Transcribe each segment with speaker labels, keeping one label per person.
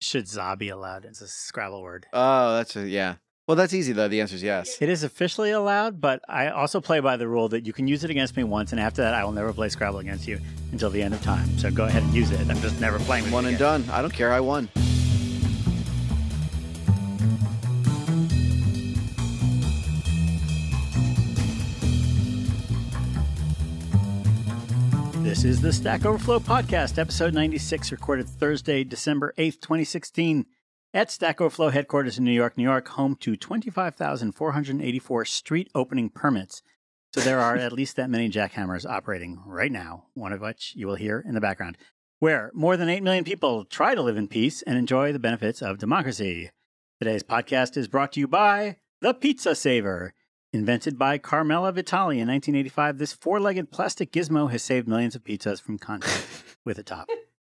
Speaker 1: Should za be allowed? It's a Scrabble word.
Speaker 2: Oh, that's a, yeah. Well, that's easy though. The answer is yes.
Speaker 1: It is officially allowed, but I also play by the rule that you can use it against me once, and after that, I will never play Scrabble against you until the end of time. So go ahead and use it. I'm just never playing with
Speaker 2: One
Speaker 1: you
Speaker 2: and
Speaker 1: again.
Speaker 2: done. I don't care. I won.
Speaker 1: This is the Stack Overflow Podcast, episode 96, recorded Thursday, December 8th, 2016, at Stack Overflow headquarters in New York, New York, home to 25,484 street opening permits. So there are at least that many jackhammers operating right now, one of which you will hear in the background, where more than 8 million people try to live in peace and enjoy the benefits of democracy. Today's podcast is brought to you by The Pizza Saver. Invented by Carmela Vitali in 1985, this four legged plastic gizmo has saved millions of pizzas from contact with the top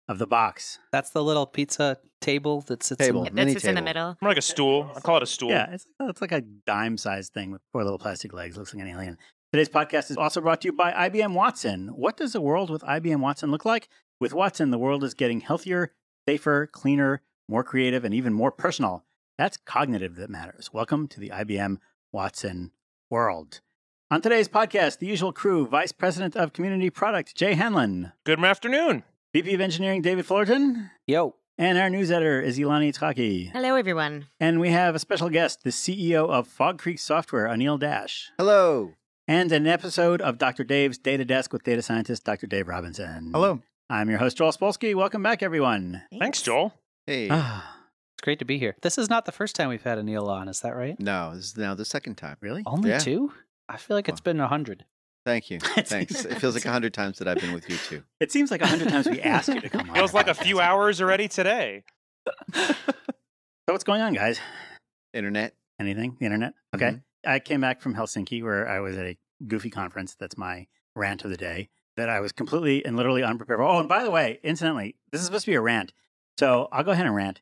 Speaker 1: of the box.
Speaker 3: That's the little pizza table that sits
Speaker 2: Table.
Speaker 3: In
Speaker 4: That
Speaker 2: Mini
Speaker 4: sits in the
Speaker 2: table.
Speaker 4: middle.
Speaker 5: More like a stool. I call it a stool.
Speaker 1: Yeah, it's, it's like a dime sized thing with four little plastic legs. Looks like an alien. Today's podcast is also brought to you by IBM Watson. What does a world with IBM Watson look like? With Watson, the world is getting healthier, safer, cleaner, more creative, and even more personal. That's cognitive that matters. Welcome to the IBM Watson world. On today's podcast, the usual crew Vice President of Community Product, Jay Hanlon,
Speaker 5: Good afternoon.
Speaker 1: VP of Engineering, David Fullerton,
Speaker 3: Yo,
Speaker 1: and our news editor is Ilani Itzhaki.
Speaker 4: Hello, everyone.
Speaker 1: And we have a special guest, the CEO of Fog Creek Software, Anil Dash,
Speaker 2: Hello.
Speaker 1: and an episode of Dr. Dave's Data Desk with data scientist Dr. Dave Robinson. I'm your host, Joel Spolsky. Welcome back, everyone.
Speaker 5: Thanks, Joel.
Speaker 2: Hey.
Speaker 1: Ah,
Speaker 3: it's great to be here. This is not the first time we've had a Neil on, is that right?
Speaker 2: no, this is now the second time.
Speaker 1: really?
Speaker 5: Oh,
Speaker 3: Only
Speaker 2: Yeah.
Speaker 3: two? I feel like it's been a hundred.
Speaker 2: Thank you.
Speaker 1: That's-
Speaker 2: Thanks. it feels like a hundred times that I've been with you too.
Speaker 1: It seems like a hundred times we asked you to come on.
Speaker 5: Feels like a few hours already today.
Speaker 1: So what's going on, guys?
Speaker 2: Internet. Mm-hmm.
Speaker 1: Anything? The internet? Okay. I came back from Helsinki where I was at a goofy conference. That's my rant of the day that I was completely and literally unprepared for. Oh, and by the way, incidentally, this is supposed to be a rant. So I'll go ahead and rant.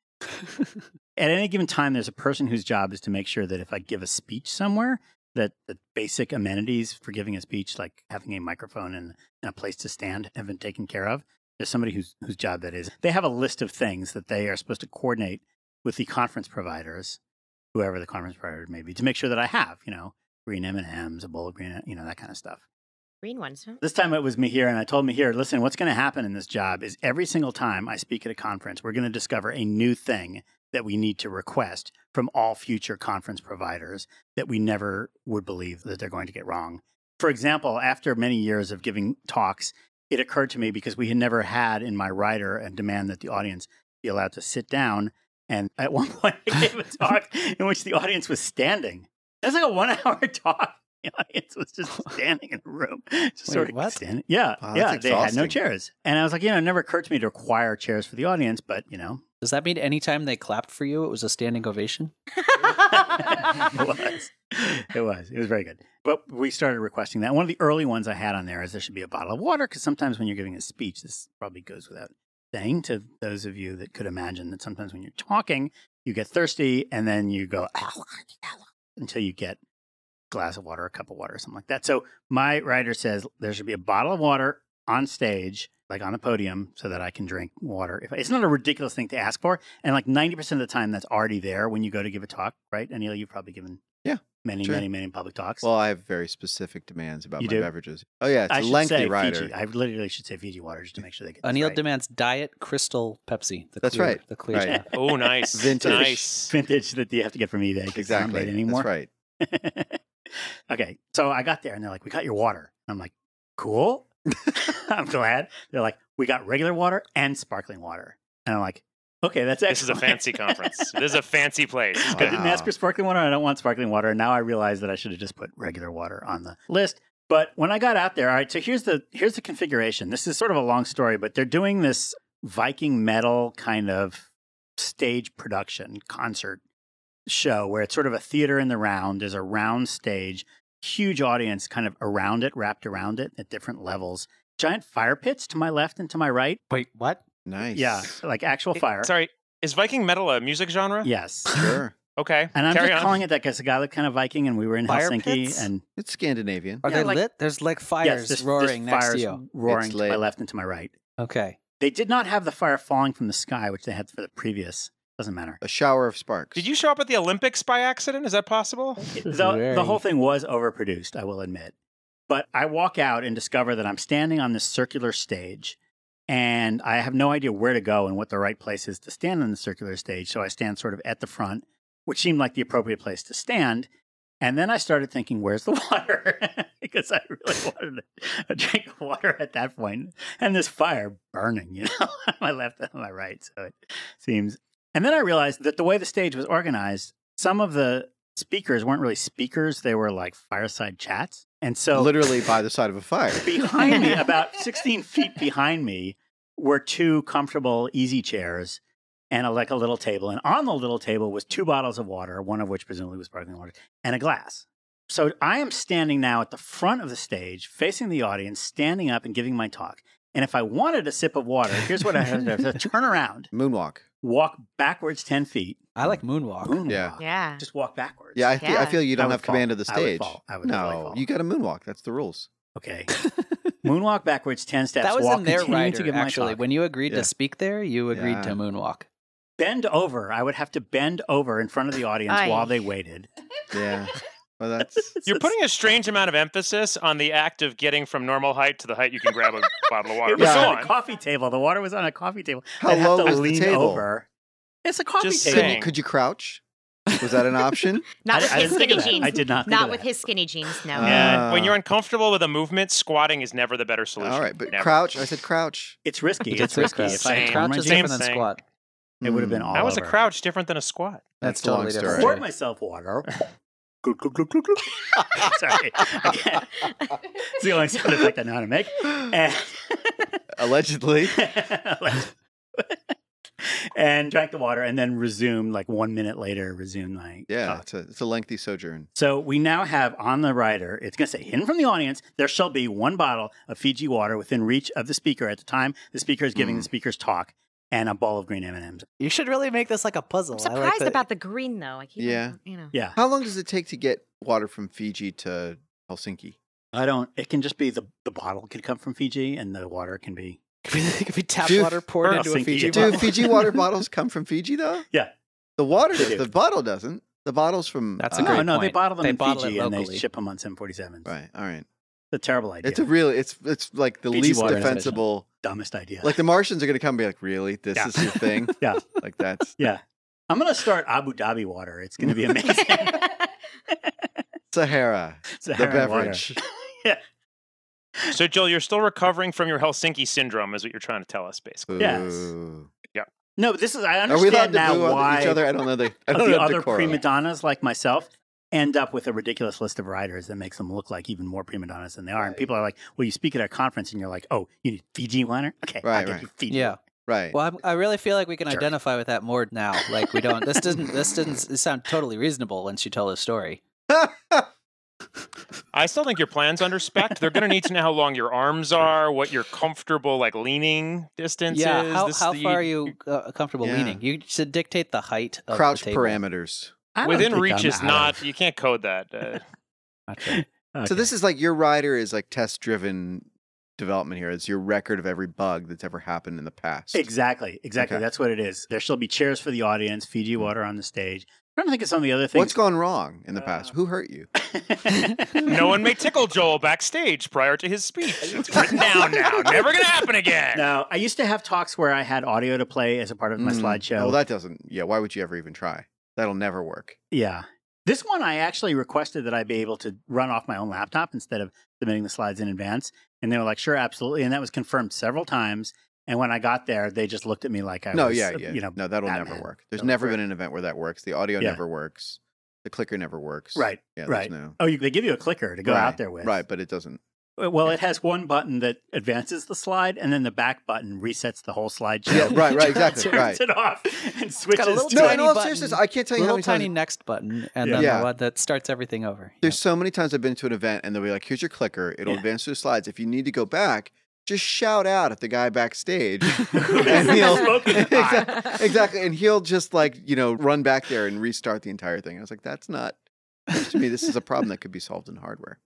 Speaker 1: at any given time, there's a person whose job is to make sure that if I give a speech somewhere, that the basic amenities for giving a speech, like having a microphone and, and a place to stand, have been taken care of. There's somebody whose whose job that is. They have a list of things that they are supposed to coordinate with the conference providers, whoever the conference provider may be, to make sure that I have, you know, green M and M's, a bowl of green, you know, that kind of stuff.
Speaker 4: Green ones. huh?
Speaker 1: This time it was me here, and I told me here, listen, what's going to happen in this job is every single time I speak at a conference, we're going to discover a new thing that we need to request from all future conference providers that we never would believe that they're going to get wrong. For example, after many years of giving talks, it occurred to me because we had never had in my rider a demand that the audience be allowed to sit down. And at one point, I gave a talk in which the audience was standing. That's like a one hour talk. The audience was just standing in a room. Just
Speaker 3: Wait,
Speaker 1: sort of
Speaker 3: what?
Speaker 1: standing. Yeah.
Speaker 2: Wow,
Speaker 1: yeah.
Speaker 2: that's
Speaker 1: They had no
Speaker 2: exhausting.
Speaker 1: chairs. And I was like, you know, it never occurred to me to acquire chairs for the audience, but, you know,
Speaker 3: Does that mean anytime they clapped for you, it was a standing ovation?
Speaker 1: it was. It was. It was very good. But we started requesting that. One of the early ones I had on there is there should be a bottle of water because sometimes when you're giving a speech, this probably goes without saying to those of you that could imagine that sometimes when you're talking, you get thirsty and then you go "Ah, until you get a glass of water, a cup of water, or something like that. So my writer says there should be a bottle of water on stage, like on the podium, so that I can drink water. If it's not a ridiculous thing to ask for, and like ninety percent of the time, that's already there when you go to give a talk, right? Anil, you've probably given
Speaker 2: Yeah,
Speaker 1: many,
Speaker 2: sure.
Speaker 1: many, many public talks.
Speaker 2: Well, I have very specific demands about
Speaker 1: You
Speaker 2: my
Speaker 1: do?
Speaker 2: beverages. Oh yeah, it's
Speaker 1: I
Speaker 2: a
Speaker 1: should
Speaker 2: lengthy
Speaker 1: say
Speaker 2: rider.
Speaker 1: Fiji. I literally should say Fiji water just to make sure they get this
Speaker 3: Anil
Speaker 1: right.
Speaker 3: demands diet crystal Pepsi. The
Speaker 2: That's
Speaker 3: clear-
Speaker 2: right.
Speaker 3: The clear
Speaker 2: Right.
Speaker 3: stuff.
Speaker 5: Oh, nice.
Speaker 2: Vintage.
Speaker 5: Nice.
Speaker 1: vintage that you have to get from eBay. 'cause it's not
Speaker 2: Exactly.
Speaker 1: made anymore.
Speaker 2: That's right.
Speaker 1: okay. So I got there and they're like, we got your water. I'm like, cool. I'm glad. They're like, we got regular water and sparkling water. And I'm like, okay, that's
Speaker 5: This is a
Speaker 1: excellent.
Speaker 5: fancy conference. This is a fancy place. It's
Speaker 1: I
Speaker 5: good.
Speaker 1: didn't ask for
Speaker 2: Wow.
Speaker 1: sparkling water. and I don't want sparkling water. And now I realize that I should have just put regular water on the list. But when I got out there, all right, so here's the here's the configuration. This is sort of a long story, but they're doing this Viking metal kind of stage production concert show where it's sort of a theater in the round. There's a round stage, huge audience kind of around it, wrapped around it at different levels. Giant fire pits to my left and to my right.
Speaker 3: Wait, what?
Speaker 2: Nice.
Speaker 1: Yeah, like actual fire.
Speaker 5: Sorry. Is Viking metal a music genre?
Speaker 1: Yes.
Speaker 2: Sure.
Speaker 5: Okay.
Speaker 1: And I'm
Speaker 5: Carry
Speaker 1: just
Speaker 5: on.
Speaker 1: calling it that because the guy looked kind of Viking, and we were in
Speaker 3: Fire
Speaker 1: Helsinki,
Speaker 3: pits?
Speaker 1: and
Speaker 2: It's Scandinavian.
Speaker 3: Are
Speaker 1: Yeah,
Speaker 3: they
Speaker 1: like-
Speaker 3: lit? There's like
Speaker 1: yes,
Speaker 3: fires
Speaker 1: there's-
Speaker 3: roaring
Speaker 1: there's
Speaker 3: next
Speaker 1: fires
Speaker 3: to you.
Speaker 1: roaring
Speaker 2: It's
Speaker 1: to my
Speaker 2: lit.
Speaker 1: left and to my right.
Speaker 3: Okay.
Speaker 1: They did not have the fire falling from the sky, which they had for the previous. Doesn't matter.
Speaker 2: A shower of sparks.
Speaker 5: Did you show up at the Olympics by accident? Is that possible?
Speaker 1: the, the
Speaker 3: Very-
Speaker 1: whole thing was overproduced, I will admit. But I walk out and discover that I'm standing on this circular stage and I have no idea where to go and what the right place is to stand on the circular stage. So I stand sort of at the front, which seemed like the appropriate place to stand. And then I started thinking, where's the water? because I really wanted a drink of water at that point. And this fire burning, you know, on my left and on my right. So it seems. And then I realized that the way the stage was organized, some of the speakers weren't really speakers, they were like fireside chats. And so
Speaker 2: Literally by the side of a fire.
Speaker 1: behind me, about 16 feet behind me, were two comfortable easy chairs and a, like a little table. And on the little table was two bottles of water, one of which presumably was sparkling water, and a glass. So I am standing now at the front of the stage, facing the audience, standing up and giving my talk. And if I wanted a sip of water, here's what I had to do. turn around,
Speaker 2: Moonwalk.
Speaker 1: walk backwards 10 feet,
Speaker 3: I like moonwalk.
Speaker 1: moonwalk.
Speaker 2: Oh, Yeah.
Speaker 4: Yeah.
Speaker 1: Just walk backwards.
Speaker 2: Yeah, I, fe- I
Speaker 4: Yeah.
Speaker 2: feel you
Speaker 1: I
Speaker 2: don't
Speaker 1: would
Speaker 2: have command
Speaker 1: fall.
Speaker 2: of the
Speaker 1: I would
Speaker 2: stage.
Speaker 1: fall. I would
Speaker 2: no,
Speaker 1: totally fall.
Speaker 2: you got to moonwalk. That's the rules.
Speaker 1: Okay. moonwalk backwards 10 steps.
Speaker 3: that was
Speaker 1: walk,
Speaker 3: in their
Speaker 1: continuing
Speaker 3: rider,
Speaker 1: to give my
Speaker 3: actually.
Speaker 1: talk.
Speaker 3: When you agreed
Speaker 2: Yeah.
Speaker 3: to speak there, you agreed
Speaker 2: Yeah.
Speaker 3: to moonwalk.
Speaker 1: bend over. I would have to bend over in front of the audience
Speaker 4: Aye.
Speaker 1: while they waited.
Speaker 2: Yeah. Well, that's
Speaker 5: You're putting a strange amount of emphasis on the act of getting from normal height to the height you can grab a bottle of water.
Speaker 1: It
Speaker 5: But
Speaker 1: was
Speaker 5: go
Speaker 2: Yeah.
Speaker 1: on a
Speaker 5: on.
Speaker 1: coffee table. The water was on a coffee table.
Speaker 2: how
Speaker 1: I'd have
Speaker 2: low
Speaker 1: to
Speaker 2: was
Speaker 1: lean
Speaker 2: the table?
Speaker 1: over. It's a coffee
Speaker 5: Just
Speaker 1: table.
Speaker 2: Could you,
Speaker 5: Dang.
Speaker 2: could you crouch? Was that an option?
Speaker 1: I,
Speaker 4: Not with
Speaker 1: I didn't
Speaker 4: his
Speaker 1: think
Speaker 4: skinny
Speaker 1: of that.
Speaker 4: jeans.
Speaker 1: I did not. Think
Speaker 4: Not
Speaker 1: of
Speaker 4: with
Speaker 1: that.
Speaker 4: his skinny jeans. No.
Speaker 2: Uh,
Speaker 5: Yeah.
Speaker 2: Ah.
Speaker 5: when you're uncomfortable with a movement, squatting is never the better solution.
Speaker 2: All right, but
Speaker 5: Never.
Speaker 2: crouch. I said crouch.
Speaker 1: It's risky.
Speaker 3: You
Speaker 1: It's
Speaker 3: did say
Speaker 1: risky.
Speaker 3: crouch.
Speaker 1: If I had
Speaker 5: Same.
Speaker 1: crouched
Speaker 3: Crouch is
Speaker 1: my
Speaker 5: Same
Speaker 1: jeans,
Speaker 3: different than
Speaker 5: thing.
Speaker 3: squat.
Speaker 1: it would have been
Speaker 2: Mm.
Speaker 1: all
Speaker 5: That was a
Speaker 1: over.
Speaker 5: crouch different than a squat.
Speaker 3: That's,
Speaker 2: That's a long
Speaker 3: totally
Speaker 2: story.
Speaker 3: different.
Speaker 1: Poured myself water. Glug, glug, glug, glug, glug. Sorry. I can't- It's the only sound effect I know how to make. And
Speaker 2: Allegedly.
Speaker 1: and drank the water and then resumed like one minute later, resumed my
Speaker 2: Yeah,
Speaker 1: talk.
Speaker 2: it's a it's a lengthy sojourn.
Speaker 1: So we now have on the rider, it's going to say, hidden from the audience, there shall be one bottle of Fiji water within reach of the speaker at the time the speaker is giving
Speaker 2: Mm.
Speaker 1: the speaker's talk and a bowl of green M&Ms.
Speaker 3: You should really make this like a puzzle. I
Speaker 4: I'm surprised
Speaker 3: like that-
Speaker 4: about the green though. I keep
Speaker 2: Yeah.
Speaker 4: You know.
Speaker 1: Yeah.
Speaker 2: How long does it take to get water from Fiji to Helsinki?
Speaker 1: I don't, it can just be the, the bottle could come from Fiji and the water can be,
Speaker 3: it could be tap
Speaker 2: Dude,
Speaker 3: water poured
Speaker 5: Burl
Speaker 3: into a
Speaker 1: thinking
Speaker 3: Fiji
Speaker 1: it-
Speaker 2: Do
Speaker 1: Well-
Speaker 3: bottle.
Speaker 2: Fiji water bottles come from Fiji though?
Speaker 1: Yeah.
Speaker 2: The water
Speaker 1: They
Speaker 2: does.
Speaker 1: do.
Speaker 2: The bottle doesn't. The bottle's from
Speaker 3: That's a
Speaker 1: no,
Speaker 2: Ah,
Speaker 3: great
Speaker 1: Oh, no, they
Speaker 3: point.
Speaker 1: bottle them
Speaker 3: They
Speaker 1: in
Speaker 3: bottle
Speaker 1: Fiji
Speaker 3: it
Speaker 1: and they
Speaker 3: locally.
Speaker 1: ship them on 747s.
Speaker 2: Right. All right.
Speaker 1: It's a terrible idea.
Speaker 2: It's a real it's it's like the
Speaker 1: Fiji
Speaker 2: least
Speaker 1: water is
Speaker 2: defensible.
Speaker 1: dumbest idea.
Speaker 2: Like the Martians are gonna come and be like, really? This
Speaker 1: Yeah.
Speaker 2: is your thing?
Speaker 1: Yeah.
Speaker 2: Like that's
Speaker 1: I'm going to start Abu Dhabi water. It's going to be amazing.
Speaker 2: Sahara. The
Speaker 1: Saharan water.
Speaker 2: beverage.
Speaker 5: So, Joel, you're still recovering from your Helsinki syndrome, is what you're trying to tell us, basically.
Speaker 1: Yes.
Speaker 2: Ooh.
Speaker 1: No, but this is, I
Speaker 2: Are we allowed
Speaker 1: understand
Speaker 2: to
Speaker 1: now
Speaker 2: boo
Speaker 1: why
Speaker 2: each other? I don't know the I
Speaker 1: of
Speaker 2: don't
Speaker 1: the
Speaker 2: know Oh, the
Speaker 1: other
Speaker 2: decorum.
Speaker 1: prima donnas like myself end up with a ridiculous list of riders that makes them look like even more prima donnas than they are. And people are like, well, you speak at our conference and you're like, oh, you need Fiji liner? Okay, I'll
Speaker 2: Right,
Speaker 1: give
Speaker 2: right.
Speaker 1: you Fiji.
Speaker 3: Yeah.
Speaker 2: Right.
Speaker 3: Well, I'm, I really feel like we can
Speaker 1: Jerk.
Speaker 3: identify with that more now. Like we don't. This doesn't. This doesn't sound totally reasonable once you tell the story.
Speaker 5: I still think your plan's under spec. They're going to need to know how long your arms are, what your comfortable like leaning distance
Speaker 3: yeah.
Speaker 5: is.
Speaker 3: How,
Speaker 5: This-
Speaker 3: how
Speaker 5: you-
Speaker 3: far are you uh, comfortable
Speaker 2: Yeah.
Speaker 3: leaning? You should dictate the height of
Speaker 2: Crouch
Speaker 3: the table.
Speaker 2: parameters.
Speaker 1: I don't
Speaker 5: Within
Speaker 1: think
Speaker 5: reach
Speaker 1: I'm
Speaker 5: is
Speaker 1: out
Speaker 5: not.
Speaker 1: of-
Speaker 5: You can't code that. Uh,
Speaker 3: Okay.
Speaker 2: So
Speaker 1: Okay.
Speaker 2: this is like your rider is like test driven development here. It's your record of every bug that's ever happened in the past.
Speaker 1: Exactly, exactly.
Speaker 2: Okay. Hmm.
Speaker 1: That's what it is. There shall be chairs for the audience, Fiji water on the stage. I'm trying to think of some of the other
Speaker 2: What's
Speaker 1: things.
Speaker 2: gone wrong in the
Speaker 1: Uh,
Speaker 2: past? Who hurt you?
Speaker 5: no one may tickle Joel backstage prior to his speech. It's written down now. Never going to happen again.
Speaker 1: No, I used to have talks where I had audio to play as a part of my
Speaker 2: Mm.
Speaker 1: slideshow.
Speaker 2: Well, that doesn't. Yeah, why would you ever even try? That'll never work.
Speaker 1: Yeah. This one I actually requested that I be able to run off my own laptop instead of submitting the slides in advance. And they were like, sure, absolutely. And that was confirmed several times. And when I got there, they just looked at me like I
Speaker 2: no,
Speaker 1: was,
Speaker 2: yeah,
Speaker 1: uh,
Speaker 2: yeah.
Speaker 1: you know,
Speaker 2: no, that'll never
Speaker 1: Batman.
Speaker 2: work. There's
Speaker 1: That'll
Speaker 2: never
Speaker 1: work.
Speaker 2: been an event where that works. The audio
Speaker 1: Yeah.
Speaker 2: never works. The clicker never works.
Speaker 1: right.
Speaker 2: Yeah.
Speaker 1: right.
Speaker 2: There's no.
Speaker 1: Oh, you, they give you a clicker to go
Speaker 2: Right,
Speaker 1: out there with.
Speaker 2: Right, but it doesn't.
Speaker 1: Uh, Well, it has one button that advances the slide, and then the back button resets the whole slideshow.
Speaker 2: Yeah, right, right, exactly,
Speaker 1: turns
Speaker 2: right.
Speaker 1: it off and switches
Speaker 3: little
Speaker 1: to it.
Speaker 2: No, in
Speaker 3: Tiny
Speaker 2: all
Speaker 3: button.
Speaker 2: seriousness, I can't tell you how
Speaker 3: Little
Speaker 2: many times
Speaker 3: tiny next button, and
Speaker 1: Yeah.
Speaker 3: then
Speaker 2: Yeah.
Speaker 3: the one that starts everything over.
Speaker 2: There's so many times I've been to an event and they'll be like, here's your clicker. It'll
Speaker 1: Yeah.
Speaker 2: advance through the slides. If you need to go back, just shout out at the guy backstage.
Speaker 1: And
Speaker 2: he'll-
Speaker 1: smoking the pot.
Speaker 2: Exact- exactly. And he'll just like, you know, run back there and restart the entire thing. I was like, that's not, to me, this is a problem that could be solved in hardware.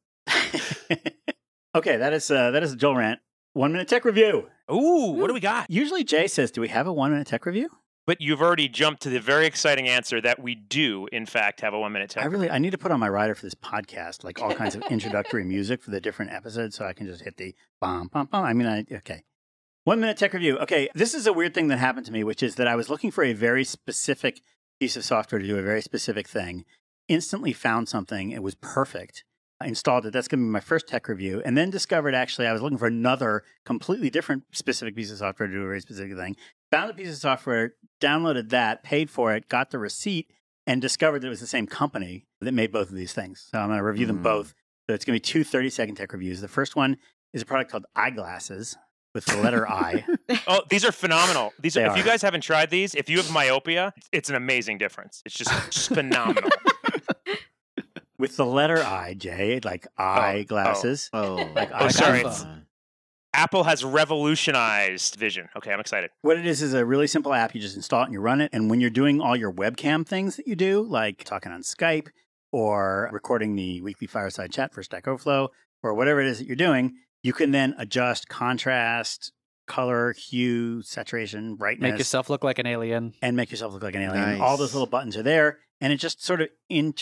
Speaker 1: okay, that is uh, that is a Joel rant. One minute tech review.
Speaker 5: Ooh, what do we got?
Speaker 1: Usually Jay says, Do we have a one minute tech review?
Speaker 5: But you've already jumped to the very exciting answer that we do, in fact, have a one minute
Speaker 1: I
Speaker 5: tech.
Speaker 1: really I need to put on my rider for this podcast, like all kinds of introductory music for the different episodes, so I can just hit the bomb, bomb, bomb. I mean, I okay. One minute tech review. Okay, this is a weird thing that happened to me, which is that I was looking for a very specific piece of software to do a very specific thing. Instantly found something; it was perfect. I installed it. That's going to be my first tech review, and then discovered actually I was looking for another completely different specific piece of software to do a very specific thing. Found a piece of software, downloaded that, paid for it, got the receipt, and discovered that it was the same company that made both of these things. So I'm going to review them
Speaker 2: Mm.
Speaker 1: both. So it's going to be two 30 second tech reviews. The first one is a product called Eyeglasses with the letter I.
Speaker 5: Oh, these are phenomenal. These
Speaker 1: They
Speaker 5: are, if you
Speaker 1: are.
Speaker 5: guys haven't tried these, if you have myopia, it's an amazing difference. It's just, just phenomenal.
Speaker 1: With the letter I, Jay, like eyeglasses.
Speaker 2: Oh,
Speaker 1: Like
Speaker 5: Oh, sorry.
Speaker 1: eyeglasses.
Speaker 5: Apple has revolutionized vision. Okay, I'm excited.
Speaker 1: What it is is a really simple app. You just install it and you run it. And when you're doing all your webcam things that you do, like talking on Skype or recording the weekly fireside chat for Stack Overflow or whatever it is that you're doing, you can then adjust contrast, color, hue, saturation, brightness.
Speaker 3: Make yourself look like an alien.
Speaker 1: and make yourself look like an alien. All those
Speaker 2: Nice.
Speaker 1: little buttons are there, and it just sort of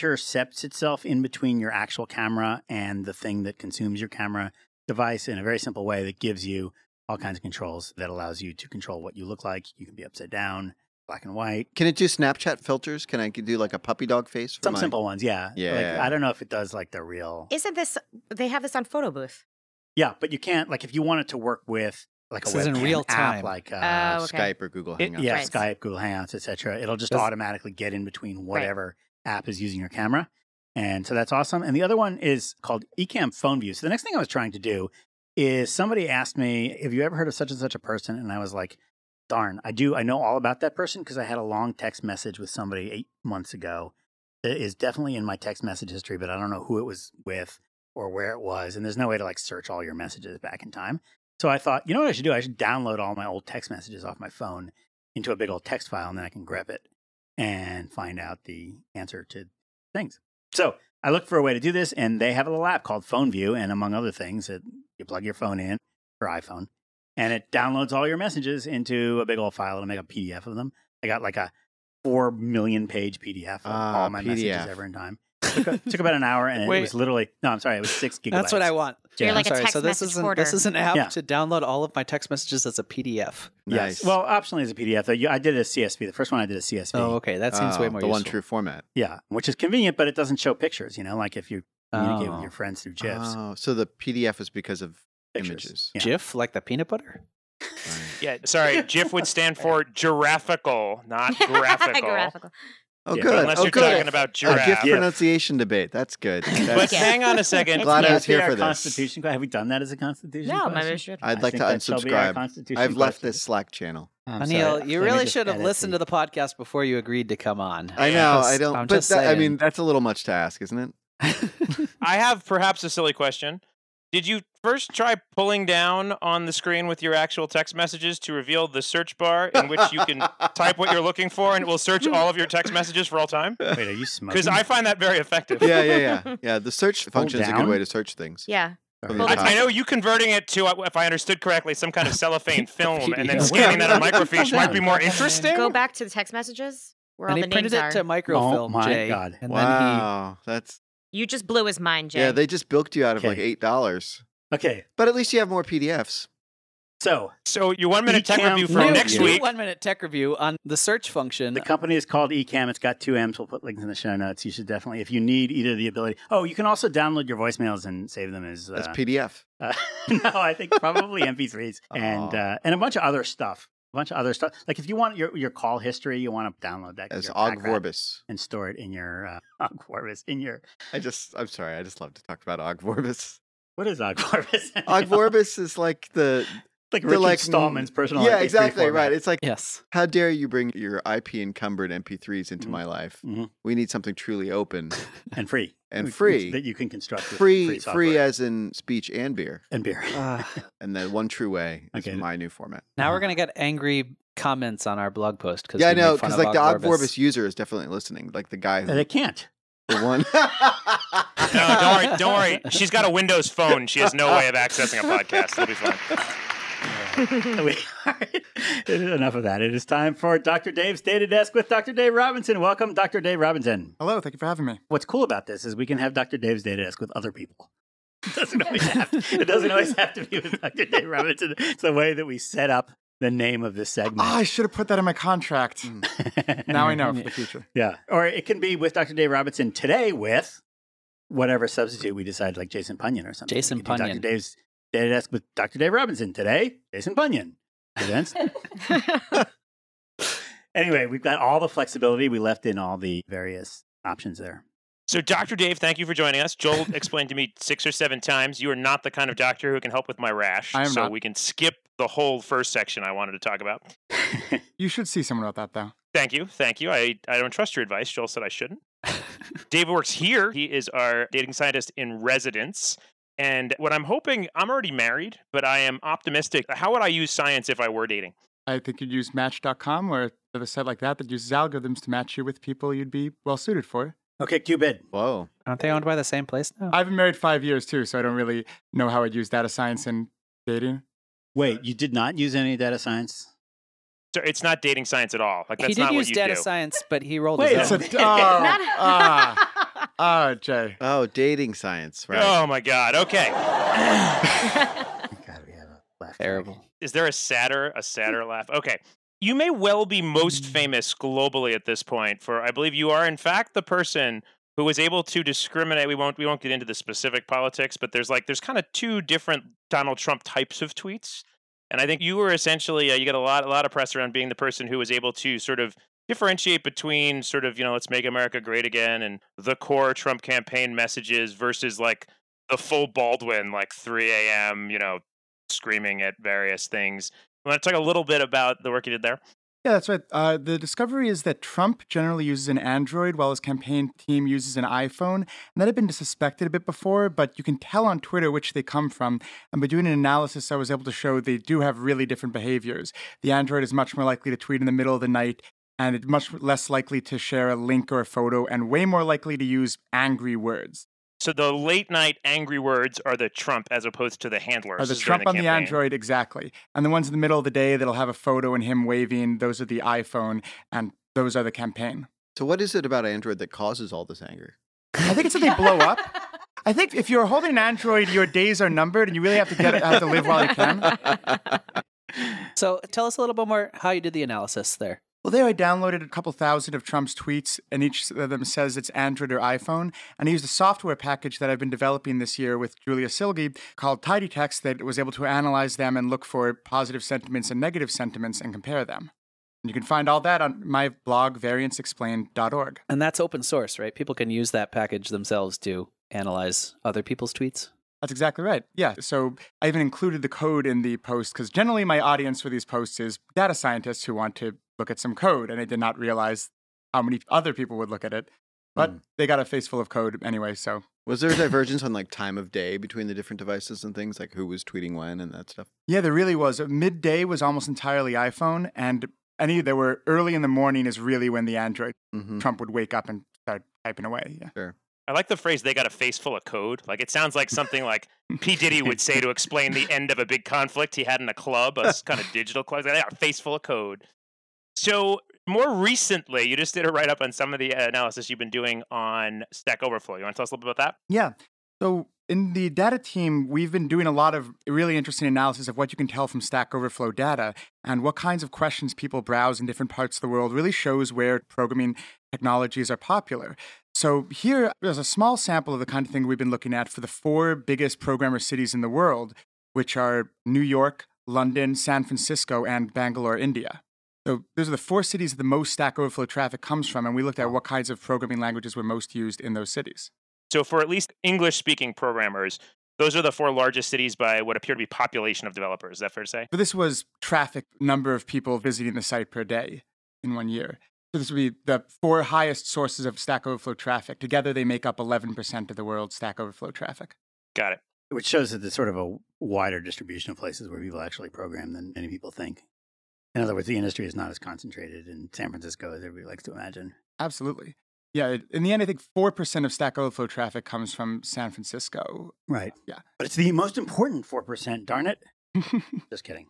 Speaker 1: intercepts itself in between your actual camera and the thing that consumes your camera device in a very simple way that gives you all kinds of controls that allows you to control what you look like. You can be upside down, black and white,
Speaker 2: Can it do Snapchat filters? Can I do like a puppy dog face? For
Speaker 1: some
Speaker 2: my-
Speaker 1: simple ones. Yeah, Like,
Speaker 2: Yeah.
Speaker 1: I don't know if it does like the real.
Speaker 4: Isn't this? They have this on photo booth.
Speaker 1: yeah, but you can't like if you want it to work with like a
Speaker 3: This is in
Speaker 1: webcam
Speaker 3: real
Speaker 1: app
Speaker 3: time.
Speaker 1: like uh,
Speaker 4: Oh, okay.
Speaker 2: Skype or Google
Speaker 5: It-
Speaker 2: Hangouts.
Speaker 1: yeah,
Speaker 4: Right.
Speaker 1: Skype, Google Hangouts, etc. It'll just
Speaker 3: Does-
Speaker 1: automatically get in between whatever app is using your camera, and so that's awesome. And the other one is called Ecamm Phone View. So the next thing I was trying to do is somebody asked me, "Have you ever heard of such and such a person?" And I was like, "Darn, I do. I know all about that person because I had a long text message with somebody eight months ago. It is definitely in my text message history, but I don't know who it was with or where it was. And there's no way to like search all your messages back in time." So I thought, you know what I should do? I should download all my old text messages off my phone into a big old text file and then I can grab it and find out the answer to things. So I looked for a way to do this and they have a little app called Phone View. And among other things, it, you plug your phone in or iPhone and it downloads all your messages into a big old file. It'll make a PDF of them. I got like a four million page PDF of
Speaker 2: Ah,
Speaker 1: all my messages
Speaker 2: PDF.
Speaker 1: ever in time. Took, took about an hour and it
Speaker 3: Wait.
Speaker 1: was literally, no, I'm sorry, it was six gigabytes.
Speaker 3: That's what I want.
Speaker 1: You're
Speaker 3: I'm
Speaker 4: like a
Speaker 3: sorry.
Speaker 4: text
Speaker 3: so this
Speaker 4: message
Speaker 3: is an,
Speaker 4: hoarder.
Speaker 3: this is an app
Speaker 1: Yeah.
Speaker 3: to download all of my text messages as a PDF.
Speaker 1: Yes.
Speaker 2: Nice.
Speaker 1: Well, optionally as a PDF, though, you- I did a CSV. The first one I did a CSV.
Speaker 3: Oh, okay. That seems way
Speaker 2: Oh,
Speaker 3: more
Speaker 2: the one
Speaker 3: useful.
Speaker 2: true format.
Speaker 1: Yeah, which is convenient, but it doesn't show pictures. You know, like if you communicate
Speaker 3: Oh.
Speaker 1: with your friends through GIFs,
Speaker 2: Oh, so the PDF is because of
Speaker 1: pictures.
Speaker 2: images.
Speaker 1: Yeah.
Speaker 3: GIF like the peanut butter.
Speaker 2: Right.
Speaker 5: Yeah, sorry, GIF would stand for giraffical, not graphical.
Speaker 4: Graphical.
Speaker 2: Oh,
Speaker 1: Yeah.
Speaker 2: good.
Speaker 5: Unless
Speaker 2: oh,
Speaker 5: you're
Speaker 2: good.
Speaker 5: talking about
Speaker 2: a gift
Speaker 5: giraffe.
Speaker 1: Yeah.
Speaker 2: pronunciation debate. That's good.
Speaker 5: But
Speaker 2: That's-
Speaker 4: Yeah.
Speaker 5: hang on a second.
Speaker 2: Glad I
Speaker 1: Can
Speaker 2: was here
Speaker 1: be our
Speaker 2: for this.
Speaker 1: Constitution. Have we done that as a constitution?
Speaker 4: No,
Speaker 1: question?
Speaker 4: maybe we should.
Speaker 2: I'd
Speaker 1: I
Speaker 2: like to
Speaker 1: think that shall be our
Speaker 2: unsubscribe.
Speaker 1: Constitution
Speaker 2: I've left
Speaker 1: question.
Speaker 2: this Slack channel.
Speaker 1: I'm
Speaker 3: Anil,
Speaker 1: sorry.
Speaker 3: you
Speaker 1: Let me
Speaker 3: really
Speaker 1: just
Speaker 3: should have
Speaker 1: edit
Speaker 3: listened to the podcast before you agreed to come on.
Speaker 2: I know. I
Speaker 3: Just-
Speaker 2: don't.
Speaker 3: I'm
Speaker 2: but
Speaker 3: just
Speaker 2: that, I
Speaker 3: saying.
Speaker 2: mean, that's a little much to ask, isn't it?
Speaker 5: I have perhaps a silly question. Did you first try pulling down on the screen with your actual text messages to reveal the search bar in which you can type what you're looking for and it will search all of your text messages for all time?
Speaker 1: Wait, are you smoking?
Speaker 5: Because I find that very effective.
Speaker 2: yeah, yeah, yeah, yeah. The search function is a good
Speaker 1: down?
Speaker 2: way to search things.
Speaker 4: Yeah.
Speaker 1: Sorry.
Speaker 2: Well,
Speaker 5: I, I know you converting it to, uh, if I understood correctly, some kind of cellophane film and then
Speaker 3: Yeah.
Speaker 5: scanning that on
Speaker 1: Yeah.
Speaker 5: microfiche might be more interesting.
Speaker 4: Go back to the text messages where
Speaker 3: and
Speaker 4: all
Speaker 3: he
Speaker 4: the
Speaker 3: printed
Speaker 4: names
Speaker 3: it
Speaker 4: are.
Speaker 3: to microfilm,
Speaker 1: my
Speaker 3: Jay,
Speaker 1: God.
Speaker 3: and then
Speaker 2: wow, that's
Speaker 4: you just blew his mind, Jay.
Speaker 2: yeah. They just bilked you out of like
Speaker 1: Okay.
Speaker 2: eight dollars,
Speaker 1: Okay,
Speaker 2: but at least you have more PDFs.
Speaker 1: so
Speaker 5: So your one minute tech
Speaker 1: Ecam
Speaker 5: review
Speaker 3: he
Speaker 5: for
Speaker 1: Phone
Speaker 5: next
Speaker 1: View.
Speaker 5: week.
Speaker 3: One minute tech review on the search function.
Speaker 1: the company is called Ecamm. It's got two M's. We'll put links in the show notes. You should definitely, if you need either the ability. Oh, you can also download your voicemails and save them as uh,
Speaker 2: That's PDF.
Speaker 1: Uh, no, I think probably MP3s and
Speaker 2: Aw.
Speaker 1: uh, and a bunch of other stuff. A bunch of other stuff. Like if you want your, your call history, you want to download that 'cause
Speaker 2: As
Speaker 1: you're a pack rat
Speaker 2: Ogvorbis.
Speaker 1: and store it in your uh, Ogvorbis. In your
Speaker 2: I just, I'm sorry, I just love to talk about Ogvorbis.
Speaker 1: what is Ogvorbis?
Speaker 2: Ogvorbis is like the
Speaker 1: like
Speaker 2: the,
Speaker 1: Richard
Speaker 2: like
Speaker 1: Stallman's personal.
Speaker 2: Yeah,
Speaker 1: MP3
Speaker 2: exactly
Speaker 1: format.
Speaker 2: right. It's like
Speaker 3: yes.
Speaker 2: How dare you bring your IP encumbered MP3s into
Speaker 1: Mhm.
Speaker 6: Mm-hmm.
Speaker 2: my life?
Speaker 1: Mhm.
Speaker 2: We need something truly open,
Speaker 1: and free
Speaker 2: And
Speaker 1: Which-
Speaker 2: free.
Speaker 1: that you can construct with
Speaker 2: free, free
Speaker 1: software
Speaker 2: as in speech and beer.
Speaker 1: and beer.
Speaker 3: Ah.
Speaker 2: And then one true way is
Speaker 1: Okay.
Speaker 2: my new format.
Speaker 3: now we're gonna get angry comments on our blog post because
Speaker 2: Yeah, I
Speaker 3: we made
Speaker 2: know,
Speaker 3: fun
Speaker 2: because
Speaker 3: of
Speaker 2: like the
Speaker 3: Ogvorbis.
Speaker 2: Ogvorbis user is definitely listening. Like the guy,
Speaker 1: And
Speaker 2: who,
Speaker 1: they can't.
Speaker 2: the one.
Speaker 5: No, don't worry. Don't worry. She's got a Windows phone. She has no way of accessing a podcast. It'll be fine.
Speaker 1: Uh, We- all right. Enough of that. It is time for Dr. Dave's Data Desk with Dr. Dave Robinson. Welcome, Dr. Dave Robinson.
Speaker 6: Hello, thank you for having me.
Speaker 1: What's cool about this is we can have Dr. Dave's Data Desk with other people. It doesn't always have to, it doesn't always have to be with Dr. Dave Robinson. It's the way that we set up the name of this
Speaker 6: Ah,
Speaker 1: segment.
Speaker 6: I should have put that in my contract. Now I know for the future.
Speaker 1: Yeah. Or it can be with Dr. Dave Robinson today with whatever substitute we decide, like Jason Punyon or something.
Speaker 3: Jason
Speaker 1: We could do
Speaker 3: Punyon.
Speaker 1: Dr. Dave's data desk with Dr. Dave Robinson today, Jason Punyon. Presents. anyway, we've got all the flexibility. We left in all the various options there.
Speaker 5: So, Dr. Dave, thank you for joining us. Joel explained to me six or seven times you are not the kind of doctor who can help with my rash.
Speaker 6: I am
Speaker 5: so,
Speaker 6: not.
Speaker 5: we can skip the whole first section I wanted to talk about.
Speaker 6: You should see someone about that though.
Speaker 5: Thank you. Thank you. I, I don't trust your advice. Joel said I shouldn't. Dave works here. He is our dating scientist in residence. And what I'm hoping, I'm already married, but I am optimistic. How would I use science if I were dating?
Speaker 6: I think you'd use Match.com or a site like that that uses algorithms to match you with people you'd be well suited for.
Speaker 1: Okay, Cupid.
Speaker 2: Whoa.
Speaker 3: Aren't they owned by the same place now?
Speaker 6: I've been married five years too, so I don't really know how I'd use data science in dating.
Speaker 1: Wait, you did not use any data science?
Speaker 5: So it's not dating science at all. Like that's
Speaker 3: he did
Speaker 5: not
Speaker 3: use
Speaker 5: what you
Speaker 3: data
Speaker 5: do.
Speaker 3: science, but he rolled
Speaker 1: Wait
Speaker 6: It's
Speaker 3: his own.
Speaker 6: a oh, ah, ah, Jay.
Speaker 2: Oh, dating science, right?
Speaker 5: Oh my God. Okay.
Speaker 1: God, we have a laugh. track.
Speaker 3: Terrible.
Speaker 5: Is there a sadder, a sadder laugh? Okay. You may well be most famous globally at this point for I believe you are in fact the person who was able to discriminate. We won't we won't get into the specific politics, but there's like there's kind of two different Donald Trump types of tweets. And I think you were essentially uh, you got a lot a lot of press around being the person who was able to sort of differentiate between sort of, you know, let's make America great again and the core Trump campaign messages versus like the full Baldwin like 3 a.m., you know, screaming at various things. I want to talk a little bit about the work you did there.
Speaker 6: Yeah, that's right. Uh, the discovery is that Trump generally uses an Android while his campaign team uses an iPhone. And that had been suspected a bit before, but you can tell on Twitter which they come from. And by doing an analysis, I was able to show they do have really different behaviors. The Android is much more likely to tweet in the middle of the night, and it's much less likely to share a link or a photo, and way more likely to use angry words.
Speaker 5: So the late night angry words are the Trump as opposed to the handlers.
Speaker 6: Or the
Speaker 5: This is during
Speaker 6: Trump on the
Speaker 5: campaign.
Speaker 6: Android, exactly. And the ones in the middle of the day that'll have a photo and him waving, those are the iPhone, and those are the campaign.
Speaker 2: So what is it about Android that causes all this anger?
Speaker 6: I think it's that they blow up. I think if you're holding an Android, your days are numbered, and you really have to get have to live while you can.
Speaker 3: So tell us a little bit more how you did the analysis there.
Speaker 6: Well, there I downloaded a couple thousand of Trump's tweets, and each of them says it's Android or iPhone. And I used a software package that I've been developing this year with Julia Silge called TidyText that was able to analyze them and look for positive sentiments and negative sentiments and compare them. And you can find all that on my blog, varianceexplained.org.
Speaker 3: And that's open source, right? People can use that package themselves to analyze other people's tweets.
Speaker 6: That's exactly right. Yeah. So I even included the code in the post because generally my audience for these posts is data scientists who want to look at some code, and I did not realize how many other people would look at it. But they got a face full of code anyway. So
Speaker 2: Was there a divergence on like time of day between the different devices and things, like who was tweeting when and that stuff?
Speaker 6: yeah, there really was. Uh, Midday was almost entirely iPhone, and any that were early in the morning is really when the Android
Speaker 2: Mm-hmm.
Speaker 6: Trump would wake up and start typing away. Yeah.
Speaker 5: I like the phrase they got a face full of code. Like it sounds like something like P. Diddy would say to explain the end of a big conflict he had in a club, a kind of digital club. They got a face full of code. So more recently, you just did a write up on some of the uh, analysis you've been doing on Stack Overflow. You want to tell us a little bit about that?
Speaker 6: Yeah. So in the data team, we've been doing a lot of really interesting analysis of what you can tell from Stack Overflow data and what kinds of questions people browse in different parts of the world really shows where programming technologies are popular. So here there's a small sample of the kind of thing we've been looking at for the four biggest programmer cities in the world, which are New York, London, San Francisco, and Bangalore, India. So those are the four cities that the most Stack Overflow traffic comes from, and we looked at what kinds of programming languages were most used in those cities.
Speaker 5: So for at least English speaking programmers, those are the four largest cities by what appear to be population of developers. Is that fair to say?
Speaker 6: But this was traffic number of people visiting the site per day in one year. So this would be the four highest sources of Stack Overflow traffic. Together, they make up 11% of the world's Stack Overflow traffic.
Speaker 5: Got it.
Speaker 1: Which shows that there's sort of a wider distribution of places where people actually program than many people think. In other words, the industry is not as concentrated in San Francisco as everybody likes to imagine.
Speaker 6: Absolutely. Yeah, it- in the end, I think 4% of Stack Overflow traffic comes from San Francisco.
Speaker 1: Right.
Speaker 6: Yeah.
Speaker 1: But it's the most important 4%, darn it. Just kidding.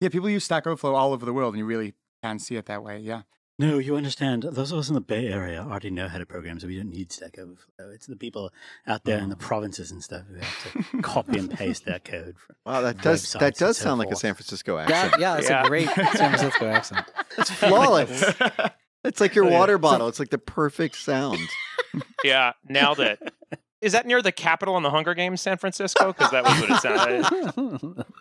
Speaker 6: Yeah, people use Stack Overflow all over the world, and you really can see it that way. Yeah.
Speaker 1: No, you understand. Those of us in the Bay Area already know how to program, so we don't need Stack Overflow. It's the people out there in the provinces and stuff who have to copy and paste their code. From
Speaker 2: Wow, that does
Speaker 1: websites
Speaker 2: that
Speaker 1: and
Speaker 2: does
Speaker 1: so
Speaker 2: sound like a
Speaker 1: forth.
Speaker 2: San Francisco accent.
Speaker 3: That, yeah, that's
Speaker 5: Yeah.
Speaker 3: a great San Francisco accent.
Speaker 2: That's flawless. It's like your
Speaker 1: Oh,
Speaker 2: water bottle. It's like the perfect sound.
Speaker 5: Yeah, nailed it. Is that near the capital in the Hunger Games, San Francisco? Because that was what it sounded.